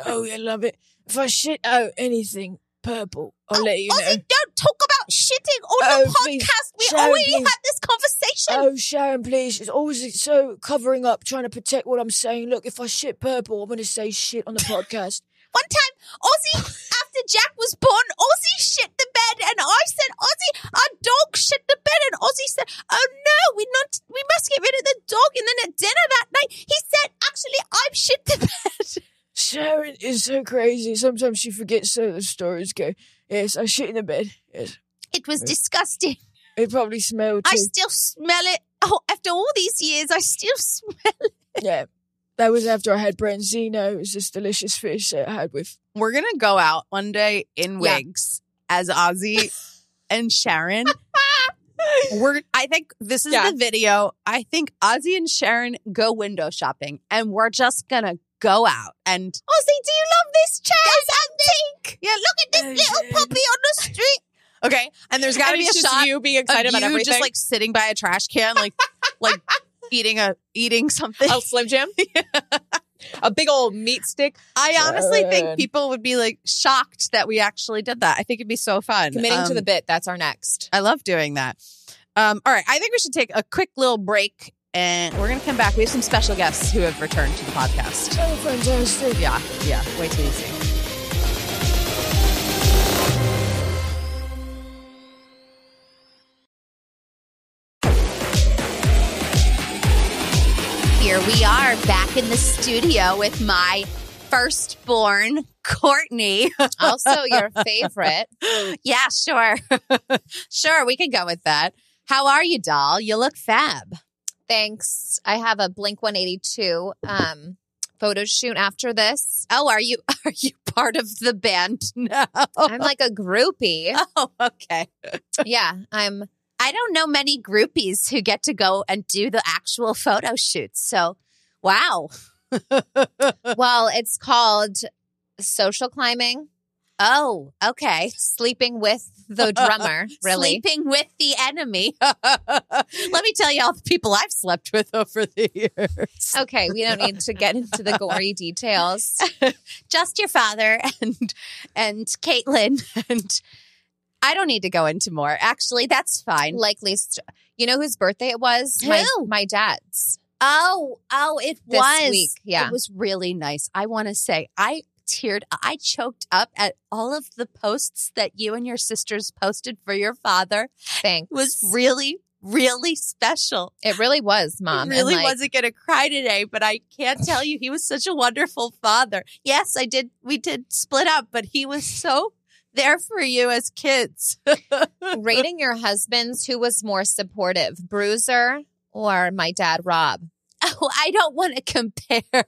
S8: oh, I love it. If I shit out anything purple,
S4: Oh,
S8: I'll let you know.
S4: Ozzy, don't talk about shitting on the
S8: Oh, please,
S4: podcast. We
S8: Sharon,
S4: already
S8: please.
S4: had this conversation.
S8: Oh, Sharon, please. It's always so covering up, trying to protect what I'm saying. Look, if I shit purple, I'm going to say shit on the podcast.
S4: One time, Ozzy, after Jack was born, Ozzy shit the bed, and I said, Ozzy, our dog shit the bed, and Ozzy said, Oh no, we not, we must get rid of the dog. And then at dinner that night, he said, Actually, I've shit the bed.
S8: Sharon is so crazy. Sometimes she forgets so the stories go. Yes, I shit in the bed. Yes.
S4: It was disgusting.
S8: It probably smelled
S4: I
S8: too.
S4: still smell it. Oh, after all these years, I still smell.
S8: yeah. That was after I had branzino. It was this delicious fish that I had with.
S5: We're gonna go out one day in
S7: Yeah.
S5: wigs as Ozzy and Sharon. We're I think this is
S7: Yeah.
S5: the video. I think Ozzy and Sharon go window shopping and we're just gonna go out and
S4: Ozzy, do you love this chair? It's antique. Oh, Yeah, look at this little puppy on the street.
S5: Okay. And there's gotta
S7: And
S5: be a
S7: it's just
S5: shot
S7: you being
S5: of
S7: excited
S5: you
S7: about everything.
S5: just like sitting by a trash can, like like eating a eating something.
S4: Oh,
S7: a Slim Jim, a big old meat stick,
S5: I honestly think
S8: Sharon.
S5: people would be like shocked that we actually did that. I think it'd be so fun.
S7: committing to
S5: Um,
S7: the bit. That's our next.
S5: I love doing that. Um, all right, I think we should take a quick little break and we're gonna come back. We have some special guests who have returned to the podcast.
S8: Oh, fantastic.
S5: Yeah, yeah, way too easy.
S4: Here we are back in the studio with my firstborn, Courtney.
S7: Also, your favorite.
S4: yeah, sure. sure, we can go with that. How are you, doll? You look fab.
S7: Thanks. I have a Blink 182 um, photo shoot after this.
S4: Oh, are you are you part of the band now?
S7: I'm like a groupie.
S4: Oh, okay.
S7: Yeah, I'm.
S4: I don't know many groupies who get to go and do the actual photo shoots. So, wow.
S7: Well, it's called social climbing,
S4: Oh, okay.
S7: sleeping with the drummer. Really,
S4: Sleeping with the enemy. Let me tell you all the people I've slept with over the years.
S7: Okay, we don't need to get into the gory details.
S4: Just your father and and Caitlin and I don't need to go into more. Actually, that's fine.
S7: Likely, st- you know whose birthday it was? My,
S4: Who?
S7: my dad's.
S4: Oh, oh, it
S7: This
S4: was.
S7: week, yeah.
S4: It was really nice. I want to say I teared I choked up at all of the posts that you and your sisters posted for your father.
S7: Thanks.
S4: It was really really special.
S7: It really was, mom.
S4: I really
S7: and like,
S4: wasn't going to cry today, but I can't tell you he was such a wonderful father. Yes, I did we did split up, but he was so there for you as kids.
S7: rating your husbands. Who was more supportive, Bruiser or my dad, Rob?
S4: Oh, I don't want to compare.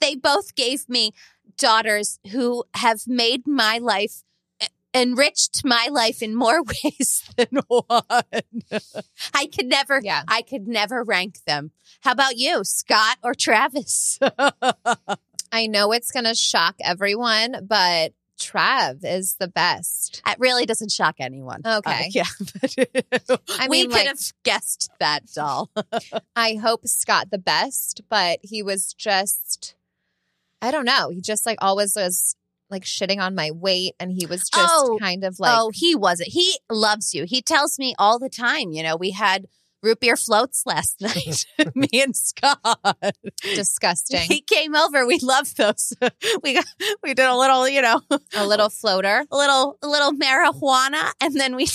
S4: They both gave me daughters who have made my life e, enriched my life in more ways than one. I could never
S7: Yeah.
S4: I could never rank them. How about you, Scott or Travis? I know it's going to shock everyone, but Trav is the best.
S5: It really doesn't shock anyone.
S4: Okay.
S5: Uh, yeah. but-
S4: I
S5: we
S4: mean,
S5: could
S4: like-
S5: have guessed that, doll.
S4: I hope Scott the best, but he was just, I don't know. He just like always was like shitting on my weight and he was just
S5: Oh.
S4: kind of like,
S5: oh, he wasn't. He loves you. He tells me all the time, you know, we had root beer floats last night, me and Scott.
S4: disgusting.
S5: He came over. We loved those. we got, we did a little, you know,
S4: a little floater.
S5: a little a little marijuana, and then we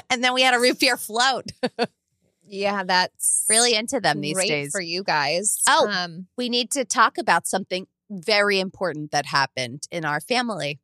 S5: and then we had a root beer float.
S4: Yeah, that's
S5: Really into them these
S4: great
S5: days.
S4: for you guys.
S5: Oh.
S4: Um,
S5: we need to talk about something very important that happened in our family.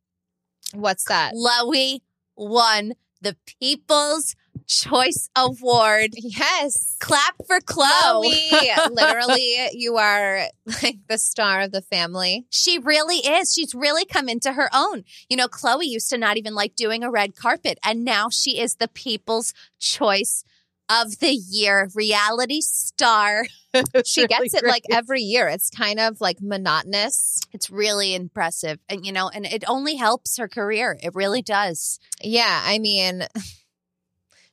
S4: what's that?
S5: Chloe won the People's Choice Award.
S4: Yes.
S5: Clap for Chloe.
S4: Chloe, literally, you are like the star of the family.
S5: She really is. She's really come into her own. You know, Chloe used to not even like doing a red carpet, and now she is the people's choice of the year reality star.
S4: She gets it like every year. It's kind of like monotonous.
S5: It's really impressive. And, you know, and it only helps her career. It really does.
S4: Yeah, I mean,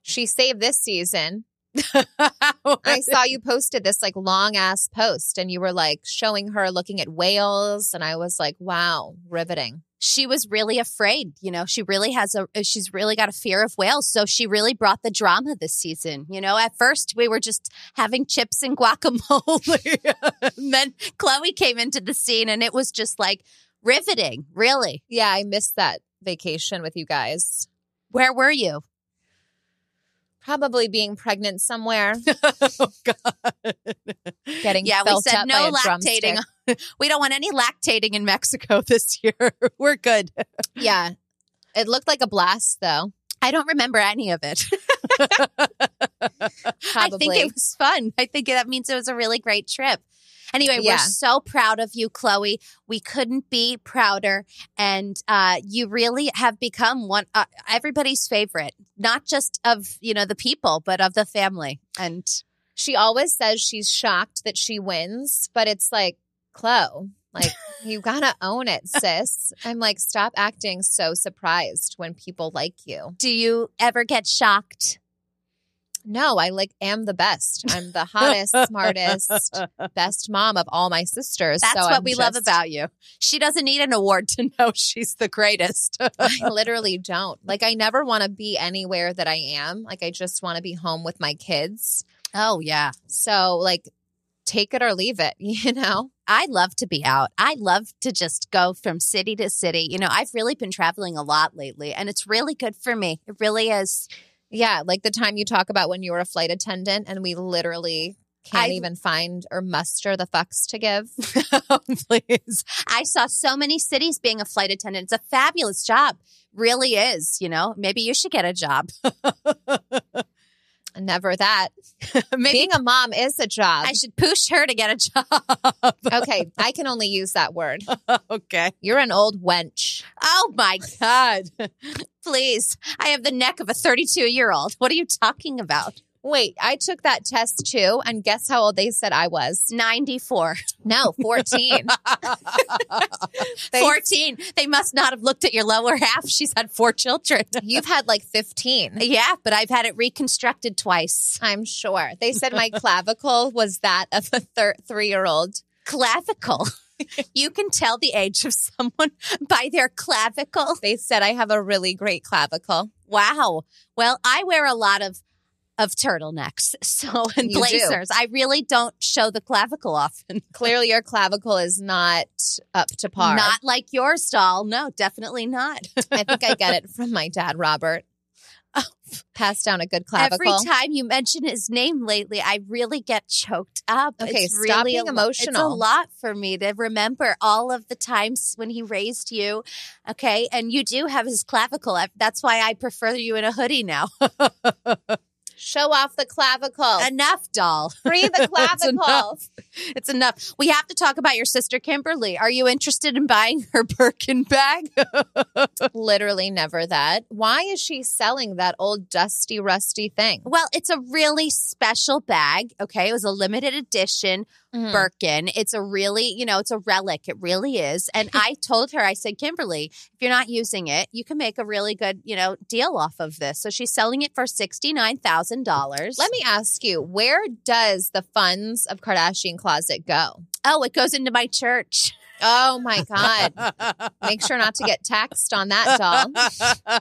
S4: she saved this season. I saw you posted this like long ass post and you were like showing her looking at whales. And I was like, wow, riveting.
S5: She was really afraid. You know, she really has a, uh, she's really got a fear of whales. So she really brought the drama this season. You know, at first we were just having chips and guacamole. and then Chloe came into the scene and it was just like riveting, really.
S4: Yeah, I missed that vacation with you guys.
S5: Where were you?
S4: Probably being pregnant somewhere. Getting
S5: yeah, we
S4: felt
S5: said
S4: up
S5: no
S4: by a drumstick.
S5: lactating. we don't want any lactating in Mexico this year. We're good.
S4: Yeah. It looked like a blast though.
S5: I don't remember any of it. I think
S4: Probably.
S5: it was fun. I think that means it was a really great trip. Anyway, we're
S4: Yeah.
S5: so proud of you, Chloe. We couldn't be prouder, and uh, you really have become one uh, everybody's favorite, not just of you know the people, but of the family. And
S4: She always says she's shocked that she wins, but it's like, Chloe, like, you gotta own it, sis. I'm like, stop acting so surprised when people like you.
S5: do you ever get shocked?
S4: No, I like am the best. I'm the hottest, smartest, best mom of all my sisters.
S5: That's
S4: so
S5: what
S4: I'm
S5: we
S4: just-
S5: love about you. She doesn't need an award to know she's the greatest.
S4: I literally don't. Like, I never wanna be anywhere that I am. Like, I just wanna be home with my kids.
S5: oh yeah.
S4: So, like, take it or leave it, you know?
S5: I love to be out. I love to just go from city to city. You know, I've really been traveling a lot lately and it's really good for me. It really is.
S4: Yeah, like the time you talk about when you were a flight attendant and we literally can't
S5: I-
S4: even find or muster the fucks to give.
S5: Please. I saw so many cities being a flight attendant. It's a fabulous job. Really is, you know. Maybe you should get a job.
S4: Never that.
S5: Maybe
S4: Being a mom is a job.
S5: I should push her to get a job.
S4: okay, I can only use that word.
S9: okay.
S4: You're an old wench.
S5: Oh my God. Please. I have the neck of a 32 year old. What are you talking about?
S4: Wait, I took that test too, and guess how old they said I was?
S5: 94.
S4: No, 14. They-
S5: 14. They must not have looked at your lower half. She's had four children.
S4: You've had like 15.
S5: Yeah, but I've had it reconstructed twice.
S4: I'm sure. They said my clavicle was that of a thir- three year old.
S5: Clavicle. you can tell the age of someone by their clavicle.
S4: They said I have a really great clavicle.
S5: Wow. Well, I wear a lot of of turtlenecks, so and
S4: You do.
S5: blazers. I really don't show the clavicle often.
S4: Clearly, your clavicle is not up to par.
S5: Not like yours, doll. No, definitely not.
S4: I think I get it from my dad, Robert. Pass down a good clavicle.
S5: Every time you mention his name lately, I really get choked up.
S4: Okay,
S5: it's
S4: stop
S5: really
S4: being
S5: a lo- It's a
S4: emotional.
S5: lot for me to remember all of the times when he raised you. Okay, and you do have his clavicle. I- That's why I prefer you in a hoodie now.
S10: Show off the clavicle.
S11: Enough, doll.
S10: Free the clavicle.
S11: enough. It's enough. We have to talk about your sister Kimberly. Are you interested in buying her Birkin bag?
S4: Literally never that. Why is she selling that old dusty, rusty thing?
S11: well, it's a really special bag. Okay. It was a limited edition
S4: Hmm. Mm-hmm.
S11: Birkin. It's a really, you know, it's a relic. It really is. And I told her, I said, Kimberly, if you're not using it, you can make a really good, you know, deal off of this. So she's selling it for $69,000.
S4: Let me ask you, where does the funds of Kardashian Closet go?
S11: Oh, it goes into my church.
S4: Oh my God. Make sure not to get taxed on that doll.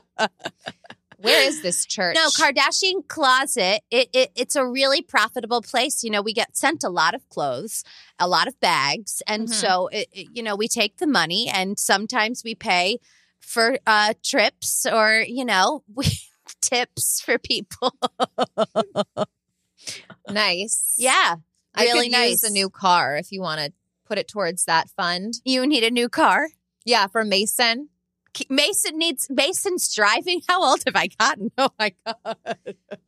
S4: Where is this church?
S11: No, Kardashian Closet. It, it it's a really profitable place. You know, we get sent a lot of clothes, a lot of bags, and
S4: Mhm.
S11: so it, it- you know we take the money, and sometimes we pay for uh trips or you know we tips for people.
S4: nice.
S11: Yeah,
S4: I
S11: really
S4: could
S11: nice.
S4: use a new car if you want to put it towards that fund.
S11: you need a new car.
S4: Yeah, for Mason.
S11: K- Mason needs Mason's driving. How old have I gotten? Oh my god!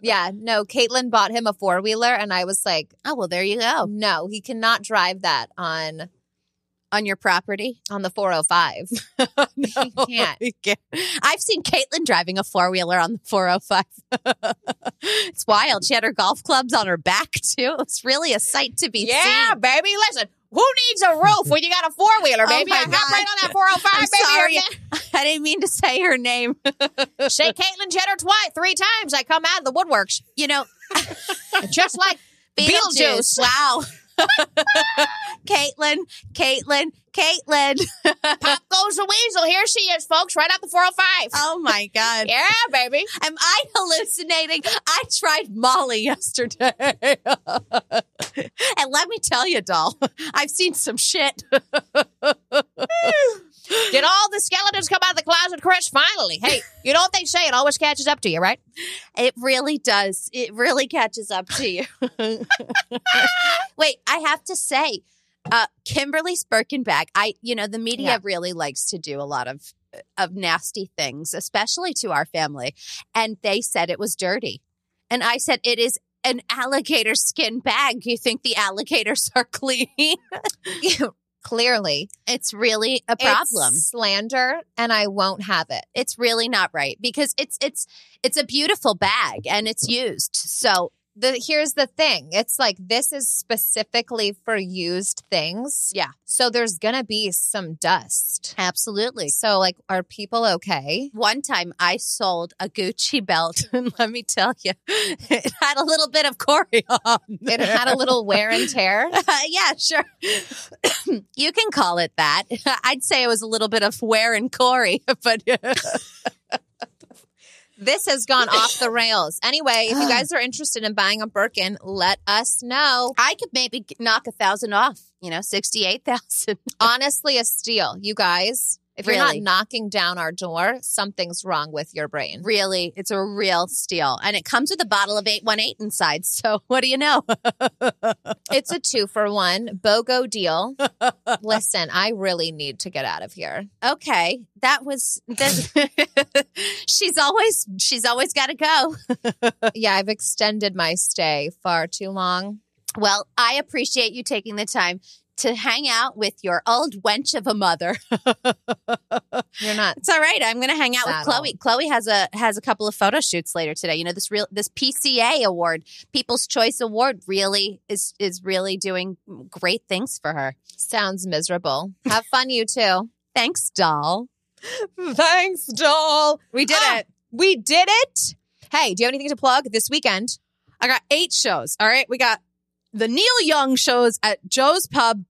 S4: Yeah, no, Caitlin bought him a four wheeler, and I was like,
S11: Oh well, there you go
S4: no, he cannot drive that on
S11: on your property.
S4: on the 405.
S11: no,
S4: can't.
S11: we can't. I've seen Caitlin driving a four wheeler on the 405. it's wild. She had her golf clubs on her back, too. It's really a sight to be seen.
S4: baby, listen. Who needs a roof when you got a four wheeler,
S11: Oh my God.
S4: on that 405,
S11: I'm sorry. I didn't mean to say her name.
S4: Say Caitlin Cheddar twice, three times. I come out of the woodworks
S11: You know,
S4: just like
S11: Beetlejuice. Wow. Caitlin, Caitlin, Caitlin.
S4: Pop goes the weasel. Here she is, folks, right up the 405.
S11: Oh my God.
S4: Yeah, baby.
S11: Am I hallucinating? I tried Molly yesterday. and let me tell you, doll, I've seen some shit.
S4: Did all the skeletons come out of the closet, Chris? Finally. Hey, you know what they say? It always catches up to you, right?
S11: It really does. It really catches up to you. Wait, I have to say, uh, Kimberly's Birkin bag. I, you know, the media
S4: Yeah.
S11: really likes to do a lot of of nasty things, especially to our family. And they said it was dirty, and I said it is an alligator skin bag. You think the alligators are clean?
S4: Clearly.
S11: it's really a
S4: It's
S11: problem.
S4: slander, and I won't have it.
S11: it's really not right because it's it's it's a beautiful bag and it's used. So
S4: the here's the thing it's like this is specifically for used things
S11: Yeah.
S4: so there's gonna be some dust
S11: absolutely.
S4: so like are people okay
S11: One time I sold a Gucci belt, and let me tell you, it had a little bit of Corey on. Uh,
S4: it had a little wear and tear
S11: yeah, sure. you can call it that. I'd say it was a little bit of wear and Corey, but
S4: this has gone off the rails anyway if you guys are interested in buying a birkin let us know
S11: I could maybe g- knock a thousand off, you know, 68,000.
S4: honestly a steal you guys if you're
S11: Really?
S4: not knocking down our door something's wrong with your brain
S11: Really, it's a real steal. And it comes with a bottle of 818 inside. So what do you know?
S4: it's a two for one bogo deal listen i really need to get out of here
S11: okay that was this she's always she's always got to go
S4: yeah, I've extended my stay far too long.
S11: well i appreciate you taking the time to hang out with your old wench of a mother
S4: You're not.
S11: it's all right i'm gonna hang out
S4: Saddle.
S11: with chloe chloe has a has a couple of photo shoots later today you know this real this pca award people's choice award really is is really doing great things for her
S4: Sounds miserable. Have fun, you two.
S11: thanks doll
S4: Thanks, doll.
S5: We did
S4: Ah.
S5: it.
S4: We did it. Hey, do you have anything to plug this weekend?
S5: I got eight shows. All right. We got the Neil Young shows at Joe's Pub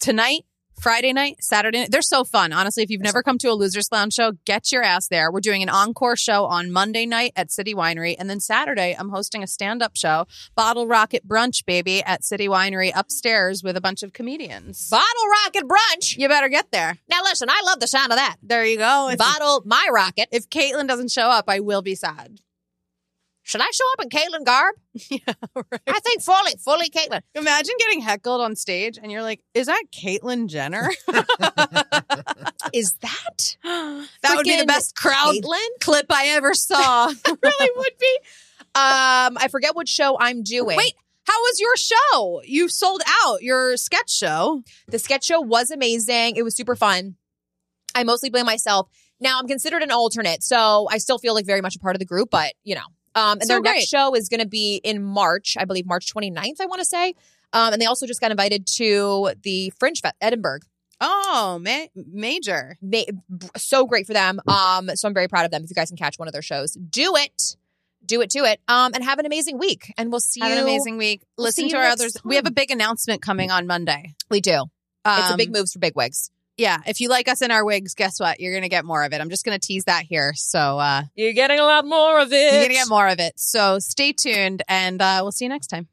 S5: tonight, Friday night, Saturday night. They're so fun. Honestly, if you've never come to a Losers Lounge show, get your ass there. We're doing an encore show on Monday night at City Winery. And then Saturday, I'm hosting a stand up show, Bottle Rocket Brunch, baby, at City Winery upstairs with a bunch of comedians.
S4: Bottle rocket brunch.
S5: You better get there.
S4: Now, listen, I love the sound of that.
S5: There you go. If,
S4: Bottle my rocket.
S5: if Caitlin doesn't show up, I will be sad.
S4: Should I show up in Caitlin garb?
S5: Right?
S4: I think fully, fully Caitlin.
S5: Imagine getting heckled on stage and you're like, is that Caitlyn Jenner?
S4: Is that
S5: that would be the
S4: Freaking
S5: best crowd
S4: Caitlyn?
S5: clip I ever saw.
S4: really would be? Um, I forget what show I'm doing.
S5: Wait, How was your show? You sold out your sketch show.
S4: The sketch show was amazing. It was super fun. I mostly blame myself. Now I'm considered an alternate, so I still feel like very much a part of the group, but you know. Um, and
S5: So
S4: their
S5: great.
S4: next show is going to be in March, I believe March 29th, I want to say. Um, and they also just got invited to the Fringe Fest, Edinburgh.
S5: Oh, ma- major.
S4: They, so great for them. Um, so I'm very proud of them. If you guys can catch one of their shows, do it, do it, do it. Um, and have an amazing week. And we'll see
S5: Have
S4: you.
S5: an amazing week. Listen
S4: see
S5: to
S4: you
S5: our
S4: next
S5: others. We have a big announcement coming on Monday.
S4: We do. it's a
S5: Um,
S4: big moves for big wigs.
S5: Yeah, if you like us in our wigs, guess what? You're gonna get more of it. I'm just gonna tease that here. So uh,
S4: You're getting a lot more of it.
S5: you're gonna get more of it. So stay tuned, and uh, we'll see you next time.